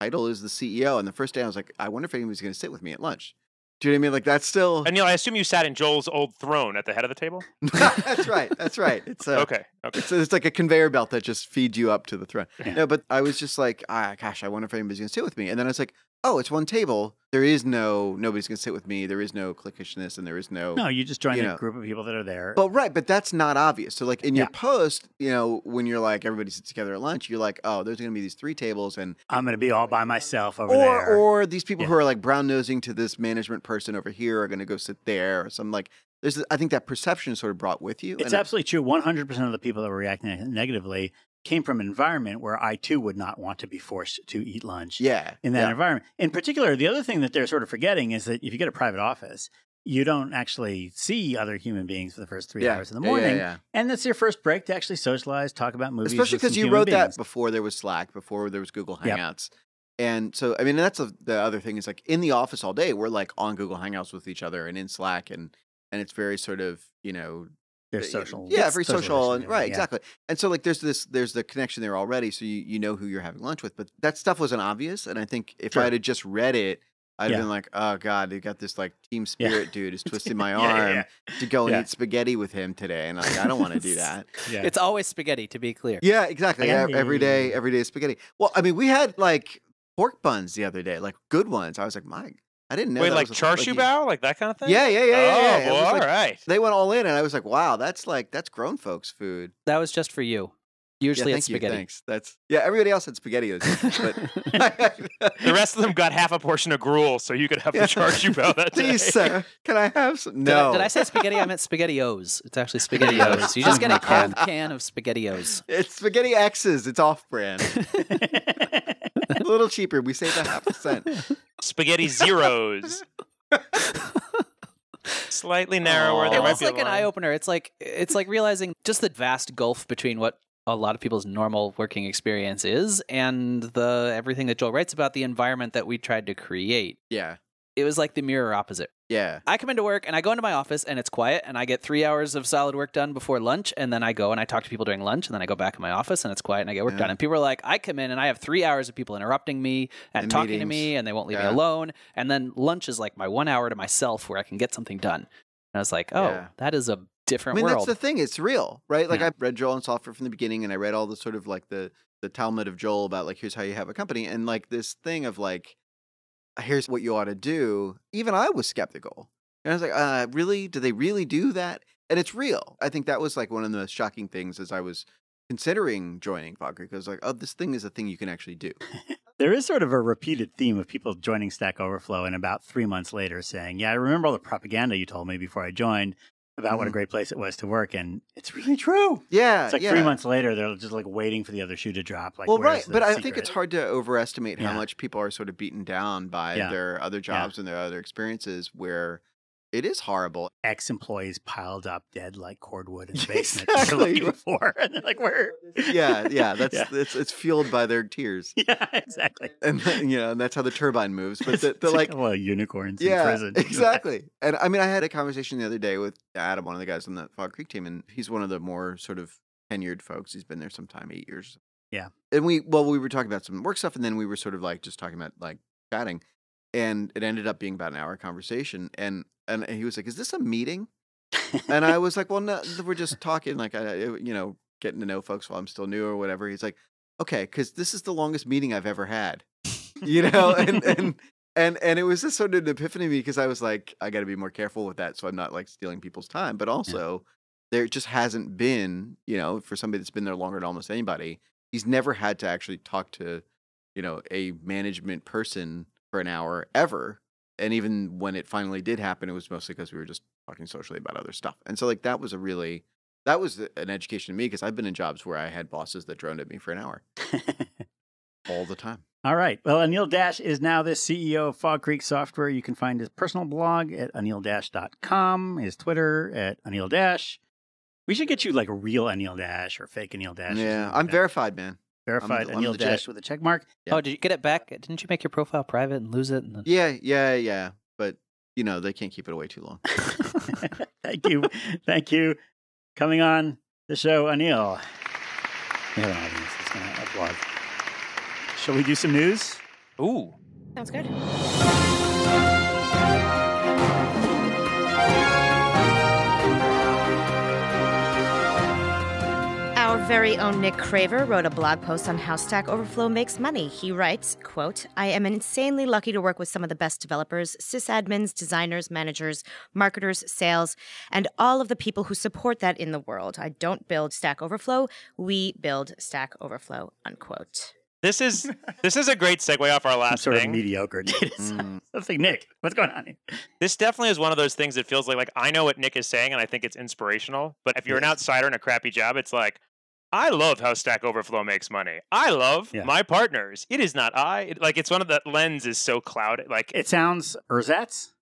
Speaker 2: title is the CEO, and the first day I was like, I wonder if anybody's going to sit with me at lunch. Do you know what I mean? Like that's still.
Speaker 5: And Neil, I assume you sat in Joel's old throne at the head of the table.
Speaker 2: that's right. That's right. It's a,
Speaker 5: Okay. Okay.
Speaker 2: It's, it's like a conveyor belt that just feeds you up to the throne.
Speaker 1: Yeah.
Speaker 2: No, but I was just like, ah, gosh, I wonder if anybody's going to sit with me. And then I was like, oh, it's one table. There is no nobody's going to sit with me. There is no cliquishness, and there is
Speaker 1: no, you just join
Speaker 2: you
Speaker 1: a
Speaker 2: know.
Speaker 1: group of people that are there.
Speaker 2: But right, but that's not obvious. So like in your
Speaker 1: Yeah.
Speaker 2: post, you know, when you're like everybody sits together at lunch, you're like, oh, there's gonna be these three tables and
Speaker 1: I'm going to be all by myself over
Speaker 2: or
Speaker 1: there.
Speaker 2: or these people
Speaker 1: Yeah.
Speaker 2: who are like brown nosing to this management person over here are gonna go sit there or some like there's I think that perception is sort of brought with you.
Speaker 1: it's
Speaker 2: and-
Speaker 1: absolutely true. 100 percent of the people that were reacting negatively came from an environment where I too would not want to be forced to eat lunch.
Speaker 2: yeah.
Speaker 1: in that
Speaker 2: yeah.
Speaker 1: environment. In particular, the other thing that they're sort of forgetting is that if you get a private office, you don't actually see other human beings for the first three
Speaker 2: Yeah.
Speaker 1: hours in the
Speaker 2: Yeah, yeah,
Speaker 1: morning,
Speaker 2: yeah.
Speaker 1: and that's your first break to actually socialize, talk about movies,
Speaker 2: Especially
Speaker 1: because
Speaker 2: because you wrote that before there was Slack, before there was Google
Speaker 1: Yep.
Speaker 2: Hangouts. And so, I mean, that's a, the other thing is like in the office all day, we're like on Google Hangouts with each other and in Slack, and and it's very sort of you know
Speaker 1: They're
Speaker 2: uh,
Speaker 1: social,
Speaker 2: Yeah, very social, and
Speaker 1: socialization,
Speaker 2: right,
Speaker 1: yeah.
Speaker 2: exactly. And so like there's this there's the connection there already, so you you know who you're having lunch with. But that stuff wasn't obvious, and I think if
Speaker 1: Sure.
Speaker 2: I had just read it. I'd
Speaker 1: Yeah.
Speaker 2: have been like, oh god, they got this like team
Speaker 1: Yeah.
Speaker 2: spirit dude is twisting my
Speaker 1: Yeah,
Speaker 2: arm
Speaker 1: yeah,
Speaker 2: to go and
Speaker 1: Yeah.
Speaker 2: eat spaghetti with him today, and like I don't want to do that.
Speaker 1: yeah.
Speaker 3: It's always spaghetti, to be clear.
Speaker 2: Yeah, exactly. Yeah, every day,
Speaker 1: Spaghetti.
Speaker 2: every day spaghetti. Well, I mean, we had like pork buns the other day, like good ones. I was like, my, I didn't know.
Speaker 5: Wait,
Speaker 2: that
Speaker 5: like
Speaker 2: was a-
Speaker 5: char siu bao, like that kind of thing.
Speaker 2: Yeah, yeah, yeah, yeah. yeah. It
Speaker 5: Oh,
Speaker 2: was,
Speaker 5: well, all
Speaker 2: like,
Speaker 5: right.
Speaker 2: They went all in, and I was like, wow, that's like that's grown folks' food.
Speaker 3: That was just for you.
Speaker 2: Yeah,
Speaker 3: Usually
Speaker 2: thank
Speaker 3: it's
Speaker 2: you.
Speaker 3: spaghetti.
Speaker 2: Thanks. That's yeah. Everybody else had spaghetti, this year, but
Speaker 5: The rest of them got half a portion of gruel, so you could have the char siu bao that day.
Speaker 2: please, sir, can I have some?
Speaker 3: Did I-
Speaker 2: No,
Speaker 3: Did I, say spaghetti? I meant spaghettios. It's actually spaghettios. You just get a cold can of spaghettios.
Speaker 2: it's spaghetti X's. It's off-brand, a little cheaper. We saved a half a cent.
Speaker 5: Spaghetti zeros. Slightly narrower.
Speaker 2: Oh.
Speaker 5: there
Speaker 3: It
Speaker 5: might
Speaker 3: was
Speaker 5: be a
Speaker 3: like an
Speaker 5: line.
Speaker 3: eye opener. It's like it's like realizing just the vast gulf between what a lot of people's normal working experience is and the everything that Joel writes about the environment that we tried to create.
Speaker 2: Yeah.
Speaker 3: It was like the mirror opposite.
Speaker 2: Yeah.
Speaker 3: I come into work and I go into my office and it's quiet and I get three hours of solid work done before lunch and then I go and I talk to people during lunch and then I go back in my office and it's quiet and I get work
Speaker 2: Yeah.
Speaker 3: done and people are like I come in and I have three hours of people interrupting me and
Speaker 2: And
Speaker 3: talking to
Speaker 2: meetings.
Speaker 3: me and they won't leave
Speaker 2: Yeah.
Speaker 3: me alone and then lunch is like my one hour to myself where I can get something done and I was like oh
Speaker 2: Yeah.
Speaker 3: that is a
Speaker 2: I
Speaker 3: different
Speaker 2: mean,
Speaker 3: world
Speaker 2: that's the thing. It's real, right? Like
Speaker 3: Yeah.
Speaker 2: I read Joel and Software from the beginning, and I read all the sort of like the the Talmud of Joel about like here's how you have a company, and like this thing of like here's what you ought to do. Even I was skeptical, and I was like, uh, really? Do they really do that? And it's real. I think that was like one of the most shocking things as I was considering joining Fogger because like, oh, this thing is a thing you can actually do.
Speaker 1: There is sort of a repeated theme of people joining Stack Overflow and about three months later saying, Yeah, I remember all the propaganda you told me before I joined about what a
Speaker 2: Mhm.
Speaker 1: great place it was to work. And it's really true.
Speaker 2: Yeah,
Speaker 1: It's like
Speaker 2: Uh, yeah.
Speaker 1: three months later, they're just like waiting for the other shoe to drop. Like,
Speaker 2: well,
Speaker 1: where's
Speaker 2: right,
Speaker 1: the
Speaker 2: but I think it's
Speaker 1: secret?
Speaker 2: hard to overestimate how
Speaker 1: Yeah.
Speaker 2: much people are sort of beaten down by
Speaker 1: Yeah.
Speaker 2: their other jobs and their other experiences, where it is horrible.
Speaker 1: Ex employees piled up dead like cordwood in the basement
Speaker 2: Exactly.
Speaker 1: they're looking for. And they're like, Where?
Speaker 2: Yeah, yeah, that's
Speaker 1: yeah.
Speaker 2: It's, it's fueled by their tears,
Speaker 1: Yeah, exactly.
Speaker 2: and then, you know, and that's how the turbine moves. But
Speaker 1: It's-
Speaker 2: the, the
Speaker 1: it's
Speaker 2: like,
Speaker 1: well, unicorns in
Speaker 2: yeah,
Speaker 1: prison.
Speaker 2: exactly. And I mean, I had a conversation the other day with Adam, one of the guys on the Fog Creek team, and he's one of the more sort of tenured folks. He's been there sometime eight years.
Speaker 1: Yeah.
Speaker 2: And we well, we were talking about some work stuff, and then we were sort of like just talking about like chatting, and it ended up being about an hour conversation, and and he was like, "Is this a meeting?" and I was like, "Well, no, we're just talking, like I, you know, getting to know folks while I'm still new or whatever." He's like, "Okay, because this is the longest meeting I've ever had," you know, and and and and it was just sort of an epiphany to me because I was like, I got to be more careful with that, so I'm not like stealing people's time, but also there just hasn't been, you know, for somebody that's been there longer than almost anybody, he's never had to actually talk to, you know, a management person for an hour ever. And even when it finally did happen, it was mostly because we were just talking socially about other stuff. And so, like, that was a really, that was an education to me because I've been in jobs where I had bosses that droned at me for an hour all the time.
Speaker 1: All right. Well, Anil Dash is now the CEO of Fog Creek Software. You can find his personal blog at anildash.com, his Twitter at Anil Dash. We should get you like a real Anil Dash or fake Anil Dash. or
Speaker 2: yeah,
Speaker 1: something
Speaker 2: I'm
Speaker 1: like that.
Speaker 2: verified, man.
Speaker 1: verified
Speaker 2: I'm
Speaker 1: Anil
Speaker 2: legit.
Speaker 1: Dash with a check mark.
Speaker 2: Yeah.
Speaker 3: oh did you get it back didn't you make your profile private and lose it and then...
Speaker 2: Yeah, yeah, yeah. But, you know, they can't keep it away too long.
Speaker 1: Thank you. Thank you. Coming on the show, Anil. We have an audience that's going to applaud. Shall we do some news?
Speaker 5: Ooh.
Speaker 4: Sounds good. Our very own Nick Craver wrote a blog post on how Stack Overflow makes money. He writes, quote, I am insanely lucky to work with some of the best developers, sysadmins, designers, managers, marketers, sales, and all of the people who support that in the world. I don't build Stack Overflow. We build Stack Overflow, unquote.
Speaker 5: This is this is a great segue off our
Speaker 1: Some
Speaker 5: last
Speaker 1: sort
Speaker 5: thing.
Speaker 1: of mediocre data
Speaker 2: Mm.
Speaker 1: something. Nick, what's going on here?
Speaker 5: This definitely is one of those things that feels like like I know what Nick is saying and I think it's inspirational, but if you're an
Speaker 2: Yes.
Speaker 5: outsider in a crappy job, it's like I love how Stack Overflow makes money. I love
Speaker 1: Yeah.
Speaker 5: my partners. It is not I. It- like it's one of the lens is so clouded. Like
Speaker 1: It sounds ersatz,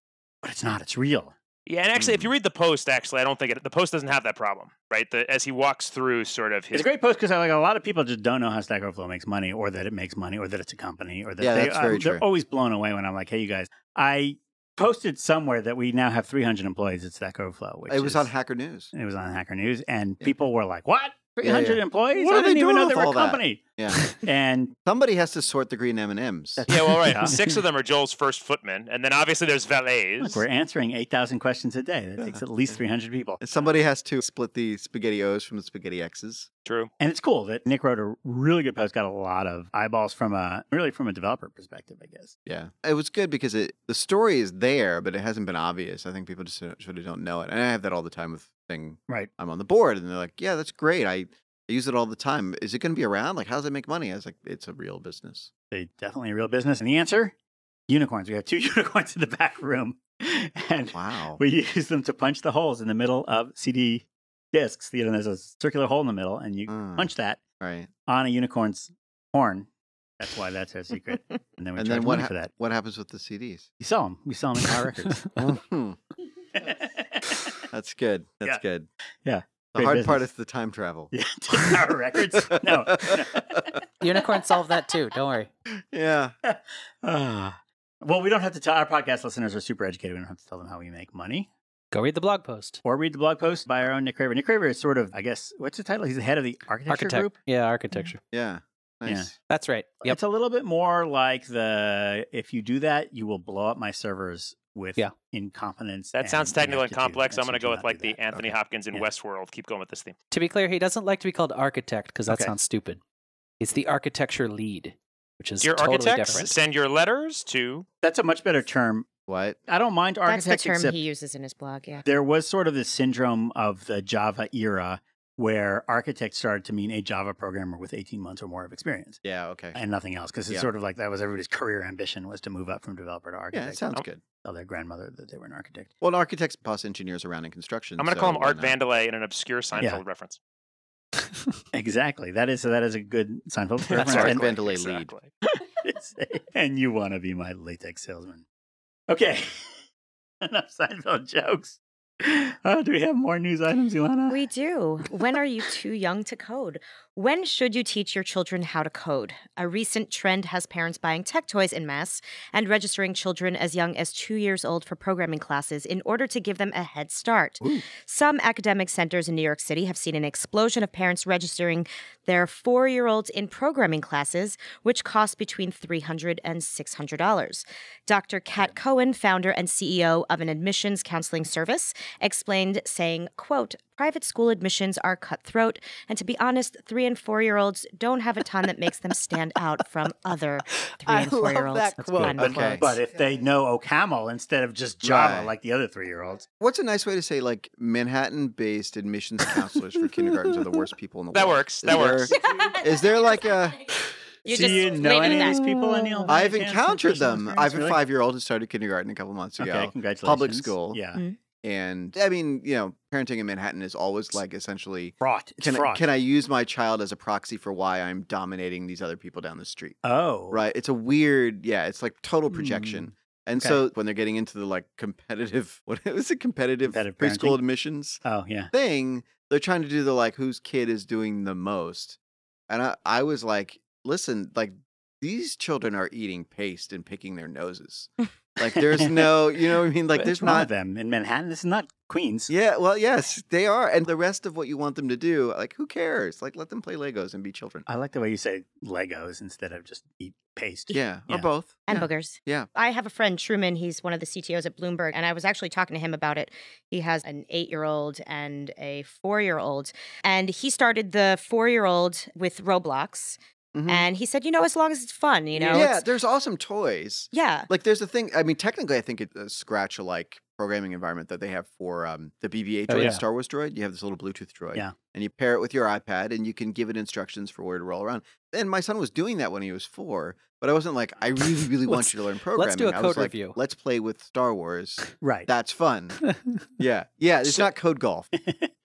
Speaker 1: but it's not. It's real.
Speaker 5: yeah, and actually, if you read the post, actually, I don't think it, the post doesn't have that problem, right? The, as he walks through sort of
Speaker 1: It's
Speaker 5: his
Speaker 1: a great post because like a lot of people just don't know how Stack Overflow makes money, or that it makes money, or that it's a company, or that
Speaker 2: Yeah,
Speaker 1: they,
Speaker 2: that's very
Speaker 1: I'm- they're
Speaker 2: true.
Speaker 1: always blown away when I'm like, "Hey, you guys, I posted somewhere that we now have 300 employees at Stack Overflow." Which
Speaker 2: It was
Speaker 1: is-
Speaker 2: on Hacker News.
Speaker 1: It was on Hacker News, and
Speaker 2: Yeah.
Speaker 1: people were like, "What?
Speaker 2: Yeah,
Speaker 1: 300 employees?
Speaker 2: What
Speaker 1: I
Speaker 2: are they
Speaker 1: didn't even
Speaker 2: doing
Speaker 1: know they
Speaker 2: with
Speaker 1: were a
Speaker 2: all that?"
Speaker 1: company."
Speaker 2: Yeah.
Speaker 1: and
Speaker 2: Somebody has to sort the green M and M's.
Speaker 5: Yeah, well, right.
Speaker 1: Yeah.
Speaker 5: Six of them are Joel's first footmen, and then obviously there's
Speaker 1: look,
Speaker 5: valets.
Speaker 1: we're answering 8,000 questions a day. That
Speaker 2: Yeah.
Speaker 1: takes at least 300 people.
Speaker 2: Somebody has to split the spaghetti O's from the spaghetti X's.
Speaker 5: True.
Speaker 1: And it's cool that Nick wrote a really good post, got a lot of eyeballs from a really from a developer perspective, I guess.
Speaker 2: Yeah, it was good because it the story is there, but it hasn't been obvious. I think people just sort of don't know it, and I have that all the time with thing.
Speaker 1: Right.
Speaker 2: I'm on the board, and they're like, "Yeah, that's great. I, I use it all the time. Is it going to be around? Like, how does it make money?" I was like, "It's a real business."
Speaker 1: they definitely a real business. And the answer? Unicorns. We have two unicorns in the back room. And
Speaker 2: Wow.
Speaker 1: we use them to punch the holes in the middle of CD discs. You know, there's a circular hole in the middle, and you
Speaker 2: Mm,
Speaker 1: punch that
Speaker 2: right.
Speaker 1: on a unicorn's horn. That's why that's our secret. And then we charge
Speaker 2: And then what?
Speaker 1: money
Speaker 2: hap-
Speaker 1: for that.
Speaker 2: What happens with the CDs?
Speaker 1: We sell them. We sell them in our records.
Speaker 2: Hmm, that's good. That's
Speaker 1: Oh. Yeah.
Speaker 2: good. The
Speaker 1: Great
Speaker 2: hard part
Speaker 1: business.
Speaker 2: is the time travel.
Speaker 1: Yeah, Ten Tower Records. No.
Speaker 3: Unicorn solved that too. Don't worry.
Speaker 2: yeah.
Speaker 1: Ah. well, we don't have to tell our podcast listeners are super educated. We don't have to tell them how we make money
Speaker 3: Go read the blog post.
Speaker 1: or read the blog post by our own Nick Craver. Nick Craver is sort of, I guess, what's the title? He's the head of the architecture
Speaker 3: Architect.
Speaker 1: group.
Speaker 3: Yeah, architecture.
Speaker 2: Yeah. Nice.
Speaker 3: That's right. Yep.
Speaker 1: It's a little bit more like the if you do that, you will blow up my servers with
Speaker 3: Yeah.
Speaker 1: incompetence.
Speaker 5: That sounds technical and complex. I'm going to go with like the
Speaker 1: Anthony.
Speaker 5: Anthony Hopkins in
Speaker 1: Yeah.
Speaker 5: Westworld. Keep going with this theme.
Speaker 3: To be clear, he doesn't like to be called architect because that
Speaker 1: Okay.
Speaker 3: sounds stupid. He's the architecture lead, which is
Speaker 5: Dear
Speaker 3: totally
Speaker 5: architects,
Speaker 3: different.
Speaker 5: send your letters to.
Speaker 1: That's a much better term.
Speaker 2: What?
Speaker 1: I don't mind
Speaker 4: That's
Speaker 1: architects,
Speaker 4: the term
Speaker 1: except
Speaker 4: he uses in his blog. Yeah.
Speaker 1: there was sort of this syndrome of the Java era where architects started to mean a Java programmer with 18 months or more of experience
Speaker 2: Yeah. Okay.
Speaker 1: and nothing else. Because it's
Speaker 2: Yeah.
Speaker 1: sort of like that was everybody's career ambition was to move up from developer to
Speaker 2: Yeah,
Speaker 1: architect.
Speaker 2: it sounds
Speaker 5: Nope.
Speaker 2: good.
Speaker 1: Tell their grandmother that they were an architect.
Speaker 2: Well, an architects plus engineers around in construction.
Speaker 5: I'm going to
Speaker 2: so uh,
Speaker 5: call him
Speaker 2: why
Speaker 5: Art
Speaker 2: not?
Speaker 5: Vandelay in an obscure Seinfeld
Speaker 1: Yeah.
Speaker 5: reference.
Speaker 1: Exactly. That is that is a good Seinfeld
Speaker 2: That's
Speaker 1: reference.
Speaker 2: Art
Speaker 1: And-
Speaker 2: Van- Vandelay lead.
Speaker 5: Exactly.
Speaker 1: and you want to be my latex salesman. Okay. Enough Seinfeld jokes. Uh, do we have more news items, Ilana?
Speaker 4: We do. When are you too young to code? When should you teach your children how to code? A recent trend has parents buying tech toys in mass and registering children as young as two years old for programming classes in order to give them a head start. Some academic centers in New York City have seen an explosion of parents registering their four year olds in programming classes, which cost between $300 and $600. Dr. Kat Cohen, founder and CEO of an admissions counseling service, explained, saying, quote, Private school admissions are cutthroat, and to be honest, three and four year olds don't have a ton that makes them stand out from other three
Speaker 3: I
Speaker 4: and four year olds.
Speaker 3: love that quote.
Speaker 2: Okay.
Speaker 1: But if they know OCaml instead of just Java
Speaker 2: Right.
Speaker 1: like the other three year olds,
Speaker 2: What's a nice way to say like Manhattan-based admissions counselors for kindergartens are the worst people in the
Speaker 5: That
Speaker 2: world?
Speaker 5: works.
Speaker 2: Is
Speaker 5: That
Speaker 2: there-
Speaker 5: works.
Speaker 2: Is there like a?
Speaker 4: You
Speaker 1: do
Speaker 4: just
Speaker 1: you know
Speaker 4: waited
Speaker 1: any of
Speaker 4: that.
Speaker 1: these people in the elementary
Speaker 2: I've
Speaker 1: camps and
Speaker 2: encountered
Speaker 1: personal
Speaker 2: them. I
Speaker 1: experience?
Speaker 2: have a
Speaker 1: Really?
Speaker 2: five-year-old who started kindergarten a couple months ago.
Speaker 1: Okay, congratulations.
Speaker 2: Public school.
Speaker 1: Yeah.
Speaker 4: Mm.
Speaker 2: And I mean, you know, parenting in Manhattan is always like essentially
Speaker 1: Fraud. It's
Speaker 2: can I,
Speaker 1: fraud.
Speaker 2: can I use my child as a proxy for why I'm dominating these other people down the street?
Speaker 1: Oh.
Speaker 2: Right? It's a weird, yeah, it's like total projection. And
Speaker 1: Mm. Okay.
Speaker 2: so when they're getting into the like competitive, what was it, competitive,
Speaker 1: Competitive
Speaker 2: preschool
Speaker 1: parenting?
Speaker 2: admissions
Speaker 1: Oh, yeah.
Speaker 2: thing, they're trying to do the like whose kid is doing the most. And I, I was like, listen, like these children are eating paste and picking their noses. like there's no, you know what I mean? Like
Speaker 1: What's
Speaker 2: there's
Speaker 1: wrong
Speaker 2: not
Speaker 1: with them in Manhattan. This is not Queens.
Speaker 2: yeah, well, yes, they are. And the rest of what you want them to do, like, who cares? Like, let them play Legos and be children.
Speaker 1: I like the way you say Legos instead of just eat paste.
Speaker 2: Yeah,
Speaker 1: Yeah.
Speaker 2: or both.
Speaker 4: and
Speaker 2: yeah.
Speaker 4: boogers.
Speaker 2: Yeah.
Speaker 4: I have a friend, Truman. He's one of the CTOs at Bloomberg. And I was actually talking to him about it. He has an eight year old and a four year old. And he started the four year old with Roblox.
Speaker 2: Mhm.
Speaker 4: And he said, you know, as long as it's fun, you know?
Speaker 2: yeah,
Speaker 4: it's-
Speaker 2: there's awesome toys.
Speaker 4: yeah.
Speaker 2: Like, there's a thing. I mean, technically, I think it's a scratch alike programming environment that they have for um, the BB 8 droid,
Speaker 1: Oh, yeah.
Speaker 2: the Star Wars droid. You have this little Bluetooth droid.
Speaker 1: Yeah.
Speaker 2: And you pair it with your iPad and you can give it instructions for where to roll around. And my son was doing that when he was four, but I wasn't like, I really, really want
Speaker 3: Let's-
Speaker 2: you to learn programming.
Speaker 3: let's do a
Speaker 2: I was
Speaker 3: code
Speaker 2: like,
Speaker 3: review.
Speaker 2: Let's play with Star Wars.
Speaker 1: Right.
Speaker 2: That's fun. Yeah. Yeah. It's
Speaker 5: So-
Speaker 2: not code golf.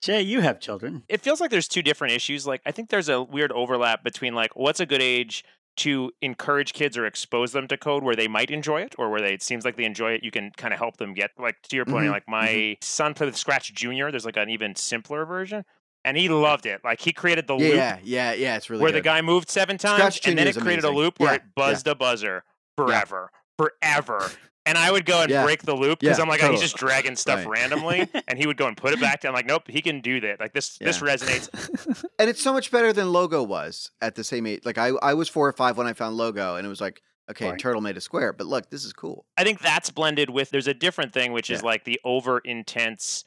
Speaker 1: Jay, you have children.
Speaker 5: It feels like there's two different issues. Like I think there's a weird overlap between like what's a good age to encourage kids or expose them to code where they might enjoy it or where they it seems like they enjoy it you can kind of help them get like to your point
Speaker 2: Mhm,
Speaker 5: like my son played with scratch junior there's like an even simpler version and he loved it like he created the
Speaker 2: yeah,
Speaker 5: loop
Speaker 2: yeah, yeah, yeah. It's really
Speaker 5: where
Speaker 2: good.
Speaker 5: the guy moved seven times
Speaker 2: Scratch
Speaker 5: and then
Speaker 2: Junior
Speaker 5: it
Speaker 2: is
Speaker 5: created a
Speaker 2: amazing.
Speaker 5: loop where
Speaker 2: Yeah,
Speaker 5: it buzzed a buzzer forever, forever. And I would go and
Speaker 2: Yeah.
Speaker 5: break the loop because
Speaker 2: Yeah,
Speaker 5: I'm like, oh, he's
Speaker 2: totally.
Speaker 5: just dragging stuff
Speaker 2: Right.
Speaker 5: randomly, and he would go and put it back down. Like, nope, he can do that. Like this, this
Speaker 2: Yeah.
Speaker 5: resonates.
Speaker 2: and it's so much better than Logo was at the same age. Like I, I was four or five when I found Logo, and it was like, okay,
Speaker 1: Right.
Speaker 2: turtle made a square, but look, this is cool.
Speaker 5: I think that's blended with there's a different thing, which is
Speaker 2: Yeah.
Speaker 5: like the over intense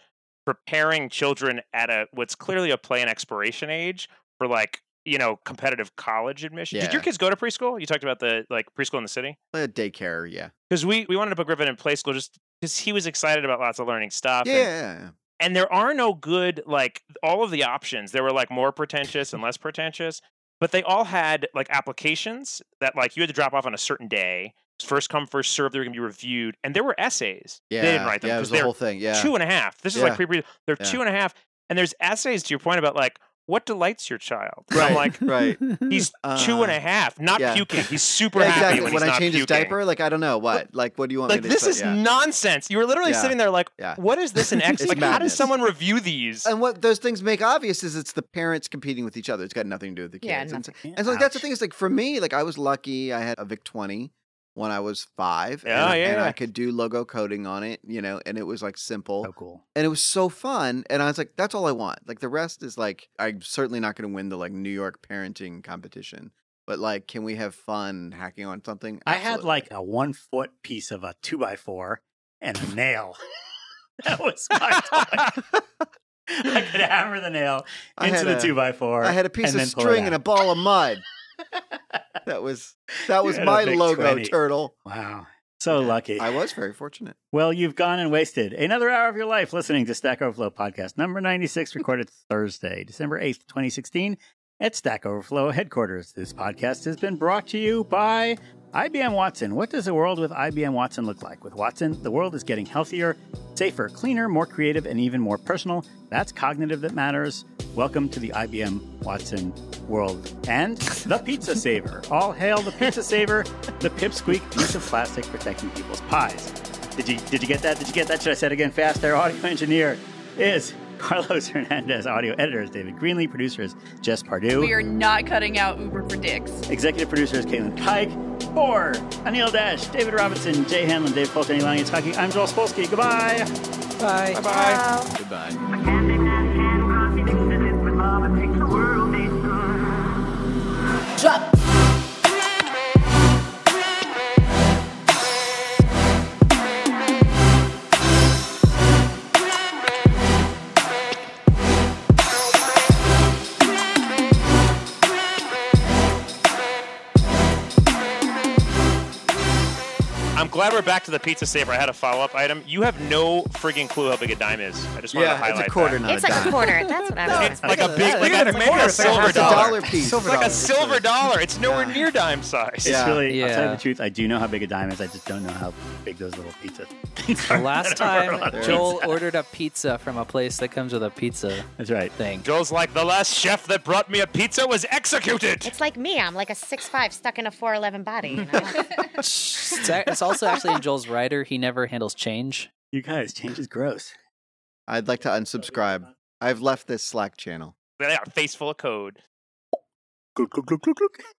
Speaker 5: preparing children at a what's clearly a play and expiration age for like you know competitive college admission. Did your
Speaker 2: Yeah.
Speaker 5: kids go to preschool? You talked about the like preschool in the city.
Speaker 2: Like a daycare, yeah,
Speaker 5: because we we wanted to put Griffin in play school just because he was excited about lots of learning stuff.
Speaker 2: yeah,
Speaker 5: and-
Speaker 2: yeah, yeah.
Speaker 5: And, there are no good like all of the options. There were like more pretentious and less pretentious, but they all had like applications that like you had to drop off on a certain day. First come, first serve. They were going to be reviewed, and there were essays.
Speaker 2: yeah.
Speaker 5: they didn't write them
Speaker 2: Yeah, it
Speaker 5: because
Speaker 2: was the
Speaker 5: they're
Speaker 2: whole thing. Yeah,
Speaker 5: two and a half. This is
Speaker 2: Yeah.
Speaker 5: like pre pre. They're
Speaker 2: Yeah.
Speaker 5: two and a half, and there's essays to your point about like what delights your child? And
Speaker 2: Right.
Speaker 5: I'm like,
Speaker 2: right.
Speaker 5: he's two and
Speaker 2: Uh,
Speaker 5: a half, not
Speaker 2: yeah.
Speaker 5: puking. He's super
Speaker 2: Yeah,
Speaker 5: happy
Speaker 2: exactly.
Speaker 5: when,
Speaker 2: When,
Speaker 5: he's
Speaker 2: I
Speaker 5: not
Speaker 2: change his
Speaker 5: puking.
Speaker 2: diaper, like I don't know what. Like what do you want
Speaker 5: Like
Speaker 2: me to
Speaker 5: this
Speaker 2: say?
Speaker 5: is
Speaker 2: Yeah.
Speaker 5: nonsense. You were literally
Speaker 2: Yeah.
Speaker 5: sitting there like,
Speaker 2: Yeah.
Speaker 5: what is this an X?
Speaker 2: It's
Speaker 5: like, how does
Speaker 2: madness.
Speaker 5: someone review these?
Speaker 2: And what those things make obvious is it's the parents competing with each other. It's got nothing to do with the kids.
Speaker 4: Yeah,
Speaker 2: and so, and so, like, that's the thing is like for me, like I was lucky. I had a Vic twenty when I was five.
Speaker 1: Oh,
Speaker 5: Yeah,
Speaker 2: and, and
Speaker 5: yeah.
Speaker 2: I could do logo coding on it, you know, and it was like simple
Speaker 1: So cool.
Speaker 2: and it was so fun. And I was like, that's all I want. Like the rest is like I'm certainly not going to win the like New York parenting competition, but like can we have fun hacking on something?
Speaker 1: I had
Speaker 2: Absolutely.
Speaker 1: like a one foot piece of a two by four and a nail. that was my toy. I could hammer the nail
Speaker 2: I
Speaker 1: into
Speaker 2: had
Speaker 1: the
Speaker 2: a-
Speaker 1: two by four.
Speaker 2: I had a piece
Speaker 1: and
Speaker 2: of
Speaker 1: then pull it
Speaker 2: string and a
Speaker 1: out.
Speaker 2: ball of mud. that was that
Speaker 1: You
Speaker 2: was
Speaker 1: had a
Speaker 2: my
Speaker 1: big
Speaker 2: logo
Speaker 1: 20.
Speaker 2: turtle.
Speaker 1: Wow. So lucky.
Speaker 2: I was very fortunate.
Speaker 1: Well, you've gone and wasted another hour of your life listening to Stack Overflow podcast number 96, recorded Thursday, December 8th, 2016, at Stack Overflow headquarters. This podcast has been brought to you by IBM Watson. What does a world with IBM Watson look like? With Watson, the world is getting healthier, safer, cleaner, more creative, and even more personal. That's cognitive that matters. Welcome to the IBM Watson world. And the Pizza Saver. All hail the Pizza Saver, the pipsqueak piece of plastic protecting people's pies. Did you did you get that? Did you get that? Should I say it again fast? Our audio engineer is Carlos Hernandez. Audio editor is David Greenlee. Producer is Jess Pardue.
Speaker 7: We are not cutting out Uber for dicks.
Speaker 1: Executive producer is Caitlin Pike. For Anil Dash, David Robinson, Jay Hanlon, Dave Fulton, Elani Taki, I'm Joel Spolsky. Goodbye.
Speaker 3: Bye.
Speaker 2: Goodbye.
Speaker 5: I'm glad we're back to the pizza saver. I had a follow up item. You have no frigging clue how big a dime is. I just wanted to
Speaker 2: Yeah,
Speaker 5: highlight
Speaker 2: it's a quarter,
Speaker 5: that.
Speaker 2: not
Speaker 4: It's
Speaker 2: a
Speaker 4: like a
Speaker 2: dime.
Speaker 4: quarter. That's what I was.
Speaker 5: It's like a big,
Speaker 2: Yeah,
Speaker 5: like
Speaker 2: it's
Speaker 5: a,
Speaker 2: a
Speaker 5: maybe
Speaker 2: quarter,
Speaker 5: a
Speaker 2: it's like a
Speaker 5: silver
Speaker 2: half a dollar
Speaker 5: dollar.
Speaker 2: piece.
Speaker 5: It's like a
Speaker 2: It's
Speaker 5: silver
Speaker 2: a-
Speaker 5: dollar. It's nowhere
Speaker 2: Yeah.
Speaker 5: near dime size.
Speaker 1: It's
Speaker 2: Yeah.
Speaker 1: really, I'll tell you
Speaker 3: Yeah.
Speaker 1: the truth, I do know how big a dime is. I just don't know how big those little pizza things
Speaker 3: The
Speaker 1: are.
Speaker 3: last
Speaker 1: There it
Speaker 3: time
Speaker 1: is.
Speaker 3: Joel ordered a pizza from a place that comes with a pizza
Speaker 1: That's right.
Speaker 3: thing.
Speaker 5: Joel's like the last chef that brought me a pizza was executed.
Speaker 4: It's like me. I'm like a six five stuck in a four eleven body. You know?
Speaker 3: It's a- it's also actually in Joel's rider. He never handles change.
Speaker 1: You guys, change is gross.
Speaker 2: I'd like to unsubscribe. I've left this Slack channel.
Speaker 5: They got a face full of code.
Speaker 1: Glug, glug, glug, glug, glug.